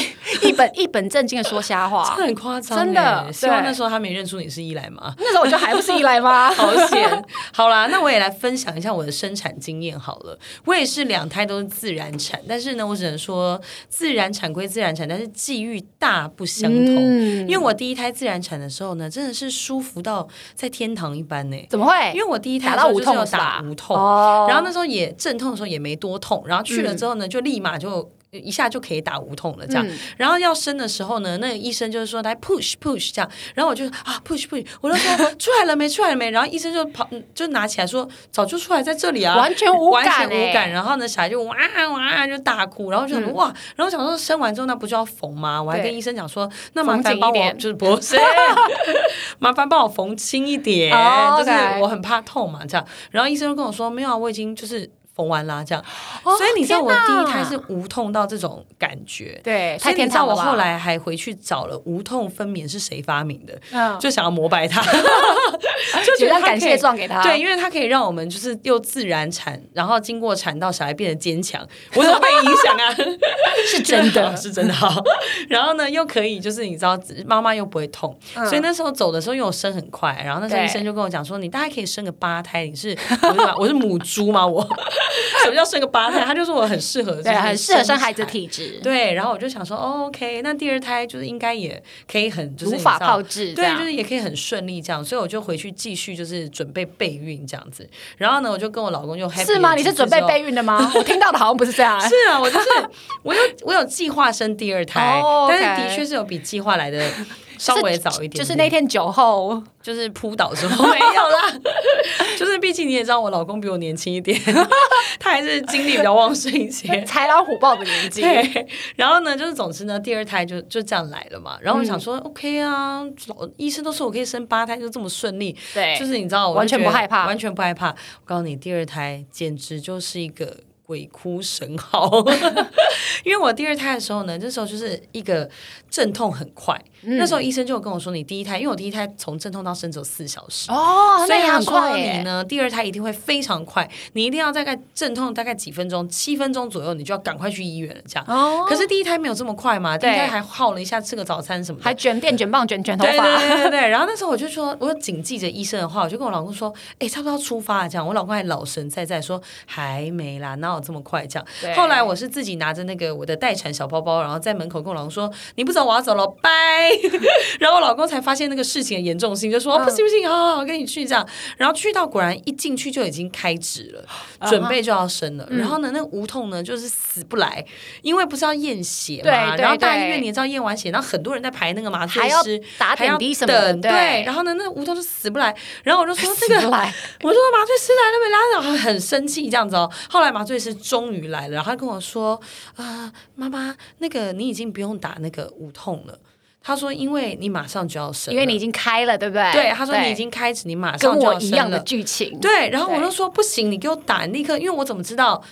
Speaker 1: 一本一本正经的说瞎话
Speaker 2: 这？很夸张欸，
Speaker 1: 真的
Speaker 2: 希望
Speaker 1: 对
Speaker 2: 那时候他没认出你是伊莱吗？
Speaker 1: 那时候我就还不是一来吗？
Speaker 2: 好险！好啦，那我也来分享一下我的生产经验好了。我也是两胎都是自然产，但是呢，我只能说自然产归自然产，但是际遇大不相同。
Speaker 1: 嗯
Speaker 2: 因为我第一胎自然产的时候呢，真的是舒服到在天堂一般呢、
Speaker 1: 怎么会？
Speaker 2: 因为我第一胎
Speaker 1: 打
Speaker 2: 的时
Speaker 1: 到
Speaker 2: 候
Speaker 1: 无
Speaker 2: 就是
Speaker 1: 痛
Speaker 2: 有
Speaker 1: 是吧
Speaker 2: 打无痛，
Speaker 1: 哦
Speaker 2: 然后那时候也阵痛的时候也没多痛，然后去了之后呢，就立马就。呃一下就可以打无痛了，这样。
Speaker 1: 嗯
Speaker 2: 然后要生的时候呢，那个医生就是说来 push push 这样，然后我就啊 push push，我就说出来了没，出来了没。然后医生就跑，嗯就拿起来说早就出来在这里啊，
Speaker 1: 完全无
Speaker 2: 完全
Speaker 1: 感欸
Speaker 2: 无感。然后呢，小孩就哇啊哇就大哭，然后我就想说、哇，然后我想说生完之后那不就要缝吗？我还
Speaker 1: 嗯对
Speaker 2: 跟医生讲说，那麻
Speaker 1: 缝
Speaker 2: 烦
Speaker 1: 紧一
Speaker 2: 帮我
Speaker 1: 点
Speaker 2: 就是不 是，麻烦帮我缝轻一点，
Speaker 1: 哦
Speaker 2: 就是
Speaker 1: OK
Speaker 2: 我很怕痛嘛，这样。然后医生就跟我说，没有啊，我已经就是缝完啦，这样。所以你知道
Speaker 1: 天
Speaker 2: 我第一
Speaker 1: 哪
Speaker 2: 胎是无痛到这种感觉，
Speaker 1: 对，
Speaker 2: 所
Speaker 1: 太
Speaker 2: 以你
Speaker 1: 天
Speaker 2: 知道
Speaker 1: 堂
Speaker 2: 我
Speaker 1: 了吧
Speaker 2: 后，来还回去找了无痛分娩是谁发明的，
Speaker 1: 嗯，
Speaker 2: 就想要膜拜他，就觉
Speaker 1: 就
Speaker 2: 得
Speaker 1: 觉得
Speaker 2: 他
Speaker 1: 感
Speaker 2: 可以
Speaker 1: 谢。状给他。
Speaker 2: 对，，因为它可以让我们就是又自然产，然后经过产道，小孩变得坚强。我怎么被影响啊？
Speaker 1: 是真 的。
Speaker 2: 是真的好。然后呢，又可以就是你知道，妈妈又不会痛，所以那时候走的时候，因为我生很快，然后那时候
Speaker 1: 嗯对
Speaker 2: 医生就跟我讲说，你大概可以生个八胎，你是我是哪我是母猪吗？ 我什么叫生个八胎？他就说我很适合，
Speaker 1: 对，很适合生孩子
Speaker 2: 的。
Speaker 1: 体质，
Speaker 2: 对，然后我就想说、哦、，OK，那第二胎就是应该也可以很就是
Speaker 1: 如
Speaker 2: 你知
Speaker 1: 法
Speaker 2: 道
Speaker 1: 炮制这
Speaker 2: 对，
Speaker 1: 样，
Speaker 2: 就是也可以很顺利这样，所以我就回去继续就是准备备孕这样子。然后呢，我就跟我老公就 happy
Speaker 1: 是吗？
Speaker 2: 了
Speaker 1: 你
Speaker 2: 几
Speaker 1: 是
Speaker 2: 次
Speaker 1: 准备
Speaker 2: 之后
Speaker 1: 备孕 的吗？我听到的好像不是这样。
Speaker 2: 哦是啊，我就是我有我有计划生第二胎
Speaker 1: 哦，OK
Speaker 2: 但是的确是有比计划来 的稍微早一点
Speaker 1: 就是那天酒后，
Speaker 2: 就是扑倒之 后没有啦，就是毕竟你也知道我老公比我年轻一点， 他还是精力比较旺盛一 些。
Speaker 1: 豺狼虎豹的年纪，
Speaker 2: 对， 然后呢，就是总之呢，第二胎就就这样来了嘛。然后我想说、o k 啊，老医生都说我可以生八胎，就这么顺利，
Speaker 1: 对
Speaker 2: 就是你知道，我就
Speaker 1: 哎完全
Speaker 2: 觉得
Speaker 1: 不害怕
Speaker 2: 完全不害怕。我告诉你，第二胎简直就是一个鬼哭神嚎， 因为我第二胎的时候呢，那时候就是一个阵痛很快，
Speaker 1: 嗯
Speaker 2: 那时候医生就有跟我说，你第一胎，因为我第一胎从阵痛到生只有四小时。
Speaker 1: 哦，
Speaker 2: 所
Speaker 1: 那
Speaker 2: 以
Speaker 1: 也
Speaker 2: 他
Speaker 1: 很
Speaker 2: 说
Speaker 1: 快
Speaker 2: 你
Speaker 1: 耶。
Speaker 2: 呢，第二胎一定会非常快，你一定要大概阵痛大概几分钟，七分钟左右，你就要赶快去医院了。这样，
Speaker 1: 哦，
Speaker 2: 可是第一胎没有这么快嘛，第一
Speaker 1: 对
Speaker 2: 胎还耗了一下吃个早餐什么的，
Speaker 1: 还卷电卷棒卷卷头
Speaker 2: 对对
Speaker 1: 发，
Speaker 2: 对对对。然后那时候我就说，我谨记着医生的话，我就跟我老公说，哎、差不多要出发了，这样。我老公还老神在在说，还没啦，哪有这么快这样
Speaker 1: 对。
Speaker 2: 后来我是自己拿着那个我的待产小包包，然后在门口跟我老公说：“你不走，我要走了，拜。” 然后我老公才发现那个事情的严重性，就说：“不
Speaker 1: 嗯
Speaker 2: 行不行，好好好，跟你去这样。”然后去到果然一进去就已经开指了，准
Speaker 1: 啊
Speaker 2: 备就要生
Speaker 1: 嗯
Speaker 2: 了。然后呢，那无痛呢就是死不来，因为不是要验血嘛，
Speaker 1: 对对
Speaker 2: 然后大医
Speaker 1: 对
Speaker 2: 院你也知道验完血，然后很多人在排那个麻醉
Speaker 1: 还要
Speaker 2: 师，
Speaker 1: 打
Speaker 2: 还要
Speaker 1: 点滴什么的
Speaker 2: 等对
Speaker 1: 对
Speaker 2: 然后呢，那无痛就死不来。然后我就 说这
Speaker 1: 这
Speaker 2: 个
Speaker 1: 个来，
Speaker 2: 我就说麻醉师来了没？来了，然后很生气这样子哦。后来麻醉师终于来了，然后他跟我说：“啊、妈妈，那个你已经不用打那个无痛了。”他说：“因为你马上就要生了，
Speaker 1: 因为你已经开了，对不对？
Speaker 2: 对他说你已经开始，你马
Speaker 1: 跟
Speaker 2: 上就
Speaker 1: 我
Speaker 2: 要
Speaker 1: 一
Speaker 2: 生
Speaker 1: 样的
Speaker 2: 了。
Speaker 1: 剧情，
Speaker 2: 对，然后我
Speaker 1: 对
Speaker 2: 就说不行，你给我打立刻，因为我怎么知道？”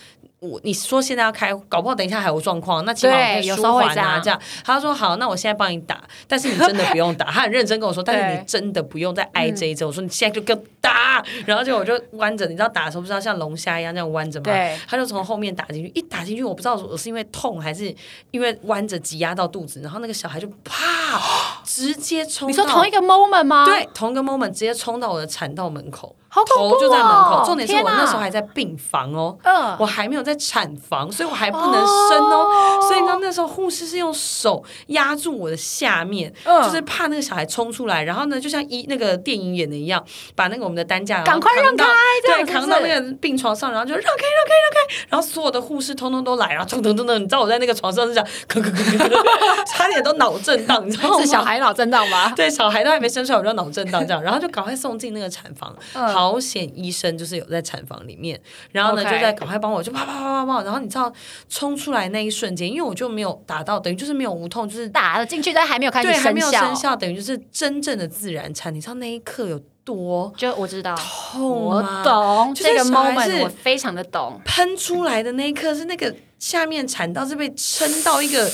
Speaker 2: 我你说现在要开，搞不好等一下还有状况，那起码我
Speaker 1: 对
Speaker 2: 可以
Speaker 1: 有
Speaker 2: 舒
Speaker 1: 时候会
Speaker 2: 缓啊，
Speaker 1: 这样
Speaker 2: 这样。他说好，那我现在帮你打，但是你真的不用打。他很认真跟我 说，但是你
Speaker 1: 对嗯
Speaker 2: 真的不用再挨这一针。我说你现在就给我打，然后结果我就弯着，你知道打的时候不知道像龙虾一样这样弯着吗？
Speaker 1: 对
Speaker 2: 他就从后面打进去，一打进去，我不知道我是因为痛还是因为弯着挤压到肚子，然后那个小孩就啪直接冲到。
Speaker 1: 你说同一个 moment 吗？
Speaker 2: 对，同一个 moment 直接冲到我的产道门口，
Speaker 1: 好恐怖哦
Speaker 2: 头就在门口。重点是我
Speaker 1: 天哪
Speaker 2: 那时候还在病房哦，
Speaker 1: 嗯
Speaker 2: 我还没有在产房，所以我还不能生哦。
Speaker 1: 哦
Speaker 2: 所以呢，那时候护士是用手压住我的下面，
Speaker 1: 嗯
Speaker 2: 就是怕那个小孩冲出来。然后呢，就像一那个电影演的一样，把那个我们的担架然后
Speaker 1: 赶快让
Speaker 2: 扛到
Speaker 1: 开这样
Speaker 2: 对，
Speaker 1: 是不
Speaker 2: 扛到
Speaker 1: 是
Speaker 2: 那个病床上，然后就让开，让开，让开。然后所有的护士通通都来，然后噔噔噔噔，你知道我在那个床上是这样，咳咳咳咳咳，差点都脑震荡，你知道吗？
Speaker 1: 是小孩脑震荡吗？
Speaker 2: 对，小孩都还没生出来，我就脑震荡这样，然后就赶快送进那个产房。
Speaker 1: 嗯
Speaker 2: 好险，医生就是有在产房里面，然后呢
Speaker 1: OK
Speaker 2: 就在赶快帮我，就啪啪啪啪啪，然后你知道冲出来那一瞬间，因为我就没有打到，等于就是没有无痛，就是
Speaker 1: 打了进去，但还没有开始
Speaker 2: 对还没有
Speaker 1: 效
Speaker 2: 生，效，等于就是真正的自然产。你知道那一刻有多
Speaker 1: 就我知道，
Speaker 2: 痛
Speaker 1: 我
Speaker 2: 吗？
Speaker 1: 懂
Speaker 2: 就是
Speaker 1: 这个
Speaker 2: 小孩是
Speaker 1: moment，我非常的懂。
Speaker 2: 喷出来的那一刻是那个下面产道是被撑到一个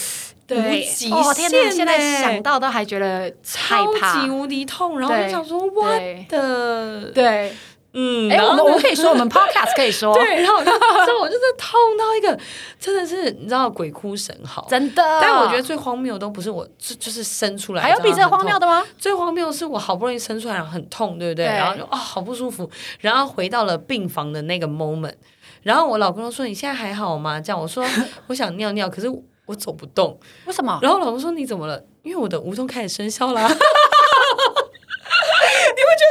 Speaker 2: 无极限、
Speaker 1: 哦天哪，
Speaker 2: 哪！
Speaker 1: 现在想到都还觉得害
Speaker 2: 超级
Speaker 1: 怕。
Speaker 2: 无敌痛，然后我就
Speaker 1: 对
Speaker 2: 想说我
Speaker 1: 对
Speaker 2: 的，
Speaker 1: 对，
Speaker 2: 嗯，
Speaker 1: 哎，
Speaker 2: 然
Speaker 1: 我
Speaker 2: 后呢
Speaker 1: 们我们可以说，我们 podcast 可以 说，
Speaker 2: 对，然后我就知道我就是痛到一个，真的是你知道鬼哭神嚎。
Speaker 1: 真的。
Speaker 2: 但我觉得最荒谬的都不是我，就就是生出来，
Speaker 1: 还有比这个荒谬
Speaker 2: 的。
Speaker 1: 的吗？
Speaker 2: 最荒谬的是我好不容易生出来，然后很痛，对不对？
Speaker 1: 对
Speaker 2: 然后就哦，好不舒服。然后回到了病房的那个 moment，然后我老公就说：“你现在还好吗？”这样我说：“ 我想尿尿，可是我我走不动。
Speaker 1: 为什”么？
Speaker 2: 然后我老公说：“你怎么了？”因为我的无痛开始生效啦。你会 觉得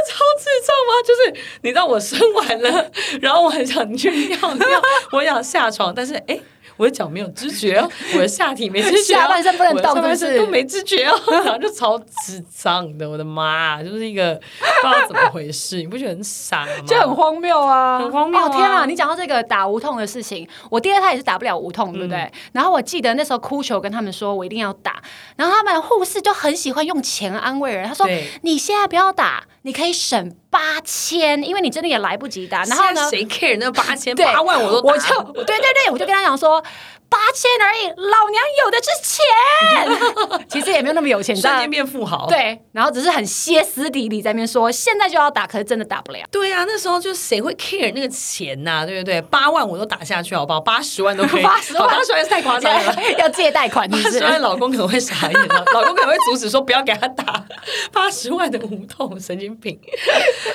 Speaker 2: 超智障吗？就是你知道我生完了，然后我很想去尿尿，我想下床，但是哎。诶我的脚没有知觉哦，我的下体没知觉哦，
Speaker 1: 下半身不能动
Speaker 2: 我的下半
Speaker 1: 是不
Speaker 2: 身
Speaker 1: 是
Speaker 2: 都没知觉哦，然后就超智障的，我的妈，就是一个不知道怎么回事，你不觉得很傻吗？
Speaker 1: 就很荒谬啊，
Speaker 2: 很荒谬啊
Speaker 1: 哦！天啊，你讲到这个打无痛的事情，我第二胎也是打不了无痛，对不对？
Speaker 2: 嗯
Speaker 1: 然后我记得那时候哭求跟他们说，我一定要打，然后他们护士就很喜欢用钱安慰人，他说
Speaker 2: 对
Speaker 1: 你现在不要打，你可以省八千，因为你真的也来不及打。然后
Speaker 2: 现在
Speaker 1: 呢，
Speaker 2: 谁 care 那八千
Speaker 1: 对
Speaker 2: 八万我都打
Speaker 1: 我就对对对，我就跟他讲说。八千而已，老娘有的是钱。其 实也没有那么有钱，你知道
Speaker 2: 瞬间变富豪，
Speaker 1: 对，然后只是很歇斯底里在那边说，现在就要打，可是真的 打不了。
Speaker 2: 对啊，那时候就谁会 care 那个钱呐、对不对？八万我都打下去好不好？八十万都可以，
Speaker 1: 八十万
Speaker 2: 八十万是太夸张 了。
Speaker 1: 要借贷款
Speaker 2: 八
Speaker 1: 是不
Speaker 2: 十
Speaker 1: 是？
Speaker 2: 万老公可能会傻眼啊， 老公可能会阻止说不要给他打八十万的无痛，神经病。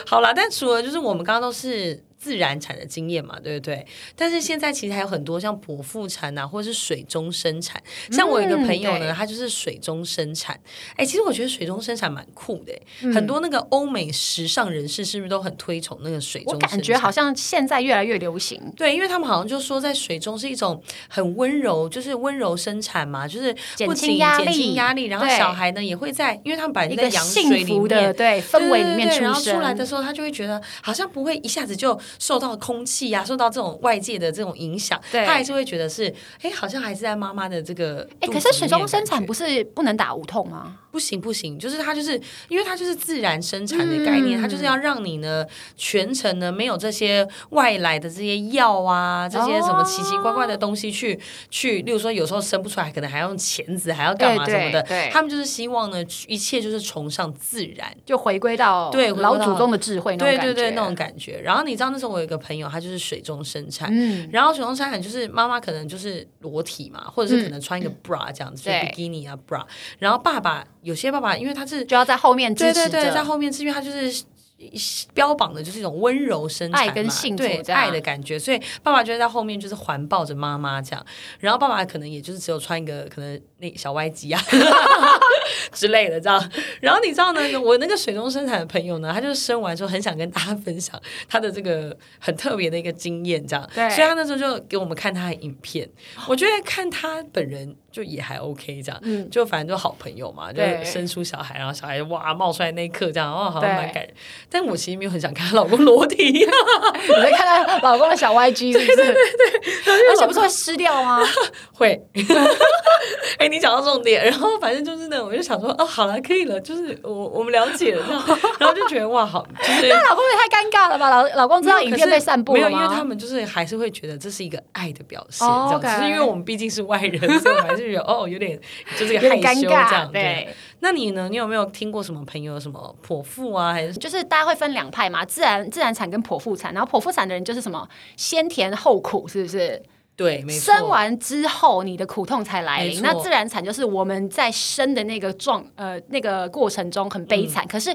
Speaker 2: 好啦，但除了就是我们刚刚都是自然产的经验嘛，对不对？但是现在其实还有很多像剖腹产啊，或者是水中生产。像我有一个朋友
Speaker 1: 嗯
Speaker 2: 呢，
Speaker 1: 对
Speaker 2: 他就是水中生产。哎，其实我觉得水中生产蛮酷的，欸
Speaker 1: 嗯
Speaker 2: 很多那个欧美时尚人士是不是都很推崇那个水中
Speaker 1: 我
Speaker 2: 生产？
Speaker 1: 感觉好像现在越来越流行，
Speaker 2: 对，因为他们好像就说在水中是一种很温柔，就是温柔生产嘛，就是
Speaker 1: 减
Speaker 2: 不
Speaker 1: 轻
Speaker 2: 仅
Speaker 1: 压
Speaker 2: 减轻
Speaker 1: 力
Speaker 2: 压力，然后
Speaker 1: 对
Speaker 2: 小孩呢也会在，因为他们本来
Speaker 1: 一
Speaker 2: 就在
Speaker 1: 个
Speaker 2: 羊水
Speaker 1: 幸
Speaker 2: 里
Speaker 1: 福的
Speaker 2: 面。
Speaker 1: 对氛围里面
Speaker 2: 对对对然
Speaker 1: 出
Speaker 2: 后出来的
Speaker 1: 生。
Speaker 2: 时候，他就会觉得好像不会一下子就受到空气啊呀、受到这种外界的这种影响，
Speaker 1: 对
Speaker 2: 他还是会觉得是，哎，好像还是在妈妈的这个
Speaker 1: 哎，
Speaker 2: 肚
Speaker 1: 可
Speaker 2: 子
Speaker 1: 是
Speaker 2: 里
Speaker 1: 水
Speaker 2: 面
Speaker 1: 中
Speaker 2: 的
Speaker 1: 生
Speaker 2: 感
Speaker 1: 产
Speaker 2: 觉
Speaker 1: 不是不能打无痛吗？
Speaker 2: 不行不行，就是它就是因为它就是自然生产的概念，
Speaker 1: 嗯
Speaker 2: 它就是要让你呢全程呢没有这些外来的这些药啊，这些什么奇奇怪怪
Speaker 1: 哦
Speaker 2: 的东西去、去，例如说有时候生不出来，可能还要用钳子，还要干嘛
Speaker 1: 对
Speaker 2: 什
Speaker 1: 对
Speaker 2: 么的。
Speaker 1: 对
Speaker 2: 他们就是希望呢，一切就是崇尚自然。
Speaker 1: 就回归到
Speaker 2: 对回归到
Speaker 1: 老祖宗的智慧那
Speaker 2: 对
Speaker 1: 种
Speaker 2: 对
Speaker 1: 感
Speaker 2: 对，
Speaker 1: 觉。
Speaker 2: 那种感觉。然后你知道那时候我有一个朋友，他就是水中生产，
Speaker 1: 嗯，
Speaker 2: 然后水中生产就是妈妈可能就是裸体嘛，或者是可能穿一个 bra 这样子，就
Speaker 1: 嗯对
Speaker 2: 比基尼啊 bra。然后爸爸有些爸爸因为他是
Speaker 1: 就要在后面支
Speaker 2: 对
Speaker 1: 持
Speaker 2: 对对，在
Speaker 1: 着。
Speaker 2: 后面是因为他就是。标榜的就是一种温柔生产嘛
Speaker 1: 爱跟幸福
Speaker 2: 对
Speaker 1: 这样
Speaker 2: 爱的感觉，所以爸爸就在后面就是环抱着妈妈这样，然后爸爸可能也就是只有穿一个可能那小歪鸡啊 之类的这样，然后你知道呢，我那个水中生产的朋友呢，他就是生完之后很想跟大家分享他的这个很特别的一个经验这样，
Speaker 1: 对
Speaker 2: 所以他那时候就给我们看他的影片，我觉得看他本人就也还 OK 这样，就反正就好朋友嘛，就
Speaker 1: 嗯对
Speaker 2: 生出小孩，然后小孩哇冒出来那一刻这样，哦，好像
Speaker 1: 对
Speaker 2: 蛮感人。但我其实没有很想看她老公裸体，
Speaker 1: 你会看到老公的小 YG 是不是？对对而且不是会湿掉吗？
Speaker 2: 会。 哎、你讲到重点，然后反正就是呢，我就想说，哦，好了，可以了，就是我我们了解了， 这样，然后就觉得哇，好，就是。
Speaker 1: 那老公也太尴尬了吧？老老公知道影片被散布
Speaker 2: 没
Speaker 1: 了
Speaker 2: 有，
Speaker 1: 吗？
Speaker 2: 因为他们就是还是会觉得这是一个爱的表现，
Speaker 1: 哦
Speaker 2: 这样。
Speaker 1: OK
Speaker 2: 只是因为我们毕竟是外人，所以我们还是觉得哦，有点就是
Speaker 1: 有
Speaker 2: 个害
Speaker 1: 点尴
Speaker 2: 羞这
Speaker 1: 尬，
Speaker 2: 样。对，，那你呢？你有没有听过什么朋友有什么泼妇啊，还是
Speaker 1: 就是大家会分两派嘛，自然自然产跟剖腹产，然后剖腹产的人就是什么先甜后苦，是不是？
Speaker 2: 对，没错，
Speaker 1: 生完之后你的苦痛才来临
Speaker 2: 没。错
Speaker 1: 那自然产就是我们在生的那个状呃那个过程中很悲
Speaker 2: 嗯
Speaker 1: 惨，可是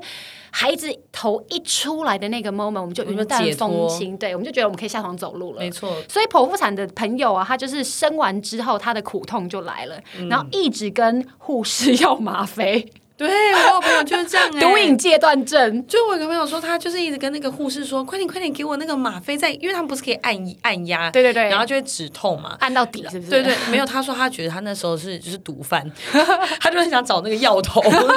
Speaker 1: 孩子头一出来的那个 moment，我们就
Speaker 2: 我们
Speaker 1: 云淡
Speaker 2: 解脱
Speaker 1: 风轻，对，我们就觉得我们可以下床走路了
Speaker 2: 没。错，
Speaker 1: 所以剖腹产的朋友啊，他就是生完之后他的苦痛就来了，
Speaker 2: 嗯
Speaker 1: 然后一直跟护士要 吗啡、
Speaker 2: 对我有朋友就是这样、欸，
Speaker 1: 毒瘾戒断症。
Speaker 2: 就我有个朋友说，他就是一直跟那个护士说，快点快点给我那个吗啡在，因为他们不是可以按按压，
Speaker 1: 对对对
Speaker 2: 然后就会止痛嘛。
Speaker 1: 按到底是不是？
Speaker 2: 对对，没有。他说他觉得他那时候是就是 毒贩，他就很想找那个药头。他 说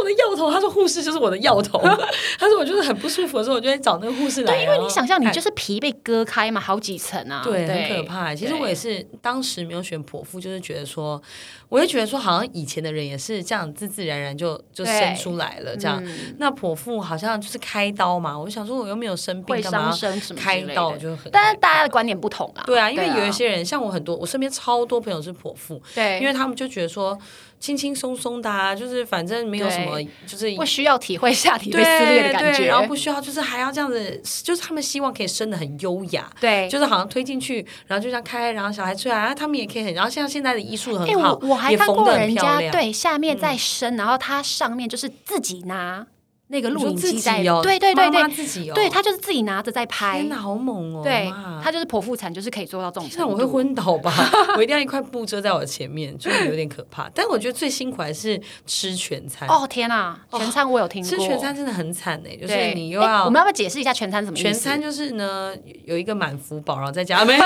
Speaker 2: 我的药头，他说护士就是我的药头。 他说我就是很不舒服的时候，我就会找那个护士来。啊
Speaker 1: 对，因为你想象，你
Speaker 2: 然后
Speaker 1: 就是皮被割开嘛，好几层啊，
Speaker 2: 哎对，很可怕欸。其实
Speaker 1: 对
Speaker 2: 我也是当时没有选剖腹，就是觉得说，我也觉得说，好像以前的人也是这样，自自然然就就生
Speaker 1: 对嗯
Speaker 2: 出来了这样。那剖腹好像就是开刀嘛，我想说我又没有生病
Speaker 1: 会，
Speaker 2: 干嘛
Speaker 1: 伤身什么之
Speaker 2: 开
Speaker 1: 类的
Speaker 2: 刀就很？
Speaker 1: 但是大家的观点不同啊。
Speaker 2: 对啊，因为有一些人像我很多，我身边超多朋友是剖腹，
Speaker 1: 对，
Speaker 2: 因为他们就觉得说轻轻松松的，啊，就是反正没有什么，就是
Speaker 1: 不需要体会下体被
Speaker 2: 对
Speaker 1: 撕裂的感
Speaker 2: 对
Speaker 1: 觉，
Speaker 2: 然后不需要就是还要这样子，就是他们希望可以生的很优雅，
Speaker 1: 对。哎
Speaker 2: 就是好像推进去，然后就这样开，然后小孩出来，然后他们也可以很，然后像现在的医术
Speaker 1: 哎，
Speaker 2: 很好，
Speaker 1: 我我还
Speaker 2: 也
Speaker 1: 看
Speaker 2: 缝
Speaker 1: 过
Speaker 2: 的很
Speaker 1: 人
Speaker 2: 漂
Speaker 1: 家
Speaker 2: 亮，嗯
Speaker 1: 对下面在生，然后他上面就是自己拿那个
Speaker 2: 你
Speaker 1: 录
Speaker 2: 说
Speaker 1: 影
Speaker 2: 自
Speaker 1: 机在，
Speaker 2: 己哦，
Speaker 1: 对对对
Speaker 2: 妈妈
Speaker 1: 对，
Speaker 2: 自己哦，
Speaker 1: 对他就是自己拿着在拍
Speaker 2: 天，哪，好猛哦，
Speaker 1: 对
Speaker 2: 妈
Speaker 1: 他就是剖腹产，就是可以做到这种
Speaker 2: 天哪，
Speaker 1: 程
Speaker 2: 我会
Speaker 1: 度。
Speaker 2: 昏倒吧！我一定要一块布遮在我前面，就是有点可怕。但我觉得最辛苦还是吃全餐，
Speaker 1: 哦天啊，全餐我有听过，
Speaker 2: 吃全餐真的很惨呢、就是
Speaker 1: 对，
Speaker 2: 你又
Speaker 1: 哎
Speaker 2: 要
Speaker 1: 我们要不要解释一下全餐什么意思？
Speaker 2: 全 餐，就是呢有一个满福宝，然后再加没有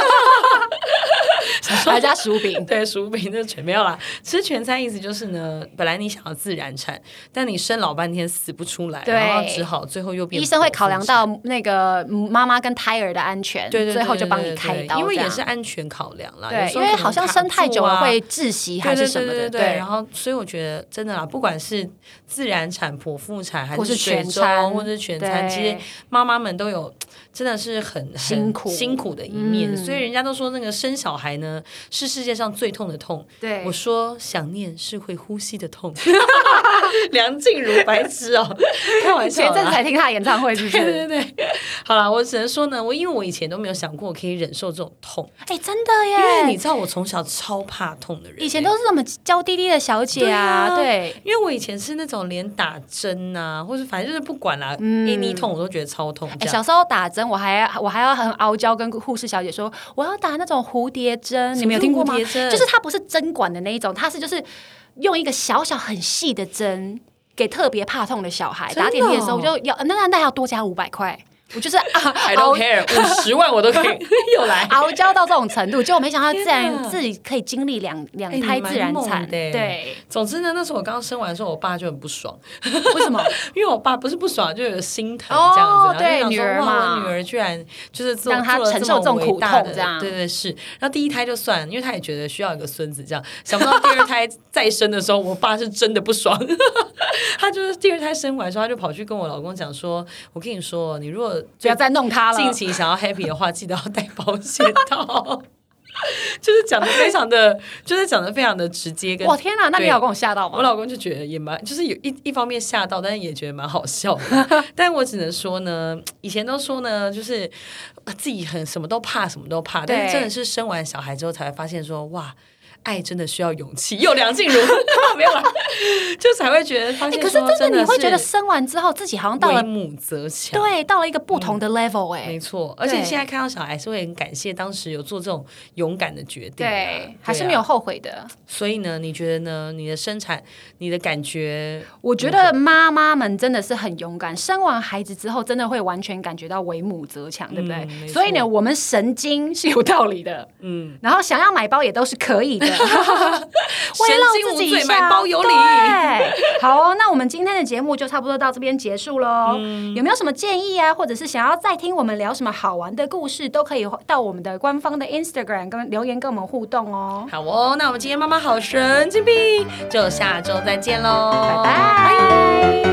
Speaker 1: 还加薯饼，
Speaker 2: 对薯饼这全没有啦。吃全餐意思就是呢，本来你想要自然产，但你生老半天死不出来，
Speaker 1: 对
Speaker 2: 然后只好最后又变
Speaker 1: 医生会考量
Speaker 2: 剖腹产。
Speaker 1: 到那个妈妈跟胎儿的安全，
Speaker 2: 对对对
Speaker 1: 最后就帮你
Speaker 2: 对对
Speaker 1: 开
Speaker 2: 对
Speaker 1: 刀这样，
Speaker 2: 因为也是安全考量啦。有
Speaker 1: 对，
Speaker 2: 时候
Speaker 1: 因为
Speaker 2: 可能
Speaker 1: 好像
Speaker 2: 卡
Speaker 1: 生太
Speaker 2: 住
Speaker 1: 久了
Speaker 2: 啊
Speaker 1: 会窒息还是什么
Speaker 2: 对对
Speaker 1: 的，
Speaker 2: 对对对然后，所以我觉得真的啦，不管是自然产、剖腹产，还
Speaker 1: 或是
Speaker 2: 水
Speaker 1: 全
Speaker 2: 中
Speaker 1: 餐
Speaker 2: 或者是全餐，
Speaker 1: 对
Speaker 2: 其实妈妈们都有真的是很很
Speaker 1: 辛苦
Speaker 2: 辛苦的一面。
Speaker 1: 嗯
Speaker 2: 所以人家都说那个生小孩呢是世界上最痛的痛。
Speaker 1: 对
Speaker 2: 我说想念是会呼吸的 痛。梁静茹白痴哦，开玩笑
Speaker 1: 前
Speaker 2: 啦。
Speaker 1: 阵子才听他的演唱会，是不
Speaker 2: 啊 对对
Speaker 1: 是？
Speaker 2: 对，对好啦，我只能说呢，我因为我以前都没有想过我可以忍受这种痛，
Speaker 1: 哎，真的
Speaker 2: 因为你
Speaker 1: 耶！
Speaker 2: 知道我从小超怕痛的人欸，
Speaker 1: 以前都是什么娇滴滴的小姐啊，对，
Speaker 2: 因为我以前是那种连打针呐、或者反正就是不管啦、a
Speaker 1: 嗯
Speaker 2: n y 痛我都觉得超痛这
Speaker 1: 哎，
Speaker 2: 样。
Speaker 1: 小时候打针，我还我还要很傲娇，跟护士小姐说我要打那种蝴蝶针，你们有听过吗？
Speaker 2: 蝴蝶针
Speaker 1: 就是它不是针管的那一种，它是就是用一个小小很细的针给特别怕痛的小孩。
Speaker 2: 真的哦
Speaker 1: 打点滴的时候我就要，啊那那那还要多加五百块，我就是啊
Speaker 2: I
Speaker 1: 傲
Speaker 2: don't care，五十万我都可 以又来。
Speaker 1: 傲娇到这种程度，结果没想到自
Speaker 2: 天哪
Speaker 1: 然自己可以经历两两
Speaker 2: 哎
Speaker 1: 胎
Speaker 2: 你蛮
Speaker 1: 自然产，
Speaker 2: 猛的欸
Speaker 1: 对，
Speaker 2: 总之呢，那时候我刚生完的时候，我爸就很不爽，
Speaker 1: 为什么？
Speaker 2: 因为我爸不是不爽，啊就有心疼这样子，
Speaker 1: 哦
Speaker 2: 然后就
Speaker 1: 对
Speaker 2: 想
Speaker 1: 女
Speaker 2: 说
Speaker 1: 儿
Speaker 2: 哇，
Speaker 1: 嘛
Speaker 2: 我女儿居然就是做
Speaker 1: 让她
Speaker 2: 做了
Speaker 1: 承受这
Speaker 2: 这
Speaker 1: 种
Speaker 2: 么
Speaker 1: 苦
Speaker 2: 伟大
Speaker 1: 痛
Speaker 2: 的
Speaker 1: 这样
Speaker 2: 对对是。然后第一胎就算了，因为他也觉得需要一个孙子这样，想不到第二胎再生的时候，我爸是真的不爽， 他就是第二胎生完的时候，他就跑去跟我老公讲说：“我跟你说，你如果
Speaker 1: 不要再弄他了。
Speaker 2: 近期想要 happy 的话，记得要带保险套。 就是讲的非常的，就是讲的非常的直接跟。
Speaker 1: 哇天哪！那你
Speaker 2: 对
Speaker 1: 老公有吓到吗？
Speaker 2: 我老公就觉得也蛮，就是有一一方面吓到，但是也觉得蛮好笑的。 但我只能说呢，以前都说呢，就是呃自己很什么都怕，什么都怕，但是
Speaker 1: 对
Speaker 2: 真的是生完小孩之后才会发现说，哇。爱真的需要勇气，又梁静茹 没有啦，就才会觉得发
Speaker 1: 哎、
Speaker 2: 现
Speaker 1: 可是
Speaker 2: 说
Speaker 1: 真的你会觉得
Speaker 2: 是
Speaker 1: 生完之后自己好像到
Speaker 2: 为
Speaker 1: 了
Speaker 2: 母则强，
Speaker 1: 对到了一个不同的
Speaker 2: 嗯
Speaker 1: level 哎、
Speaker 2: 没错。而且
Speaker 1: 对
Speaker 2: 现在看到小孩是会很感谢当时有做这种勇敢的决定啊、
Speaker 1: 对，还是
Speaker 2: 对啊
Speaker 1: 没有后悔的。
Speaker 2: 所以呢，你觉得呢？你的生产，你的感觉，
Speaker 1: 我觉
Speaker 2: 嗯
Speaker 1: 得妈妈们真的是很勇敢，生完孩子之后，真的会完全感觉到为母则强，对不对？
Speaker 2: 嗯没错
Speaker 1: 所以呢，我们神经是有道理的，嗯，然后想要买包也都是 可以的，为了
Speaker 2: 神经
Speaker 1: 自
Speaker 2: 无
Speaker 1: 己一
Speaker 2: 罪，
Speaker 1: 下
Speaker 2: 买包有理。
Speaker 1: 对，好哦，那我们今天的节目就差不多到这边结束喽。
Speaker 2: 嗯
Speaker 1: 有没有什么建议啊，或者是想要再听我们聊什么好玩的故事，都可以到我们的官方的 Instagram 跟留言跟我们互动哦。
Speaker 2: 好哦，那我们今天妈妈好神经病，就下周再见喽，
Speaker 1: 拜拜。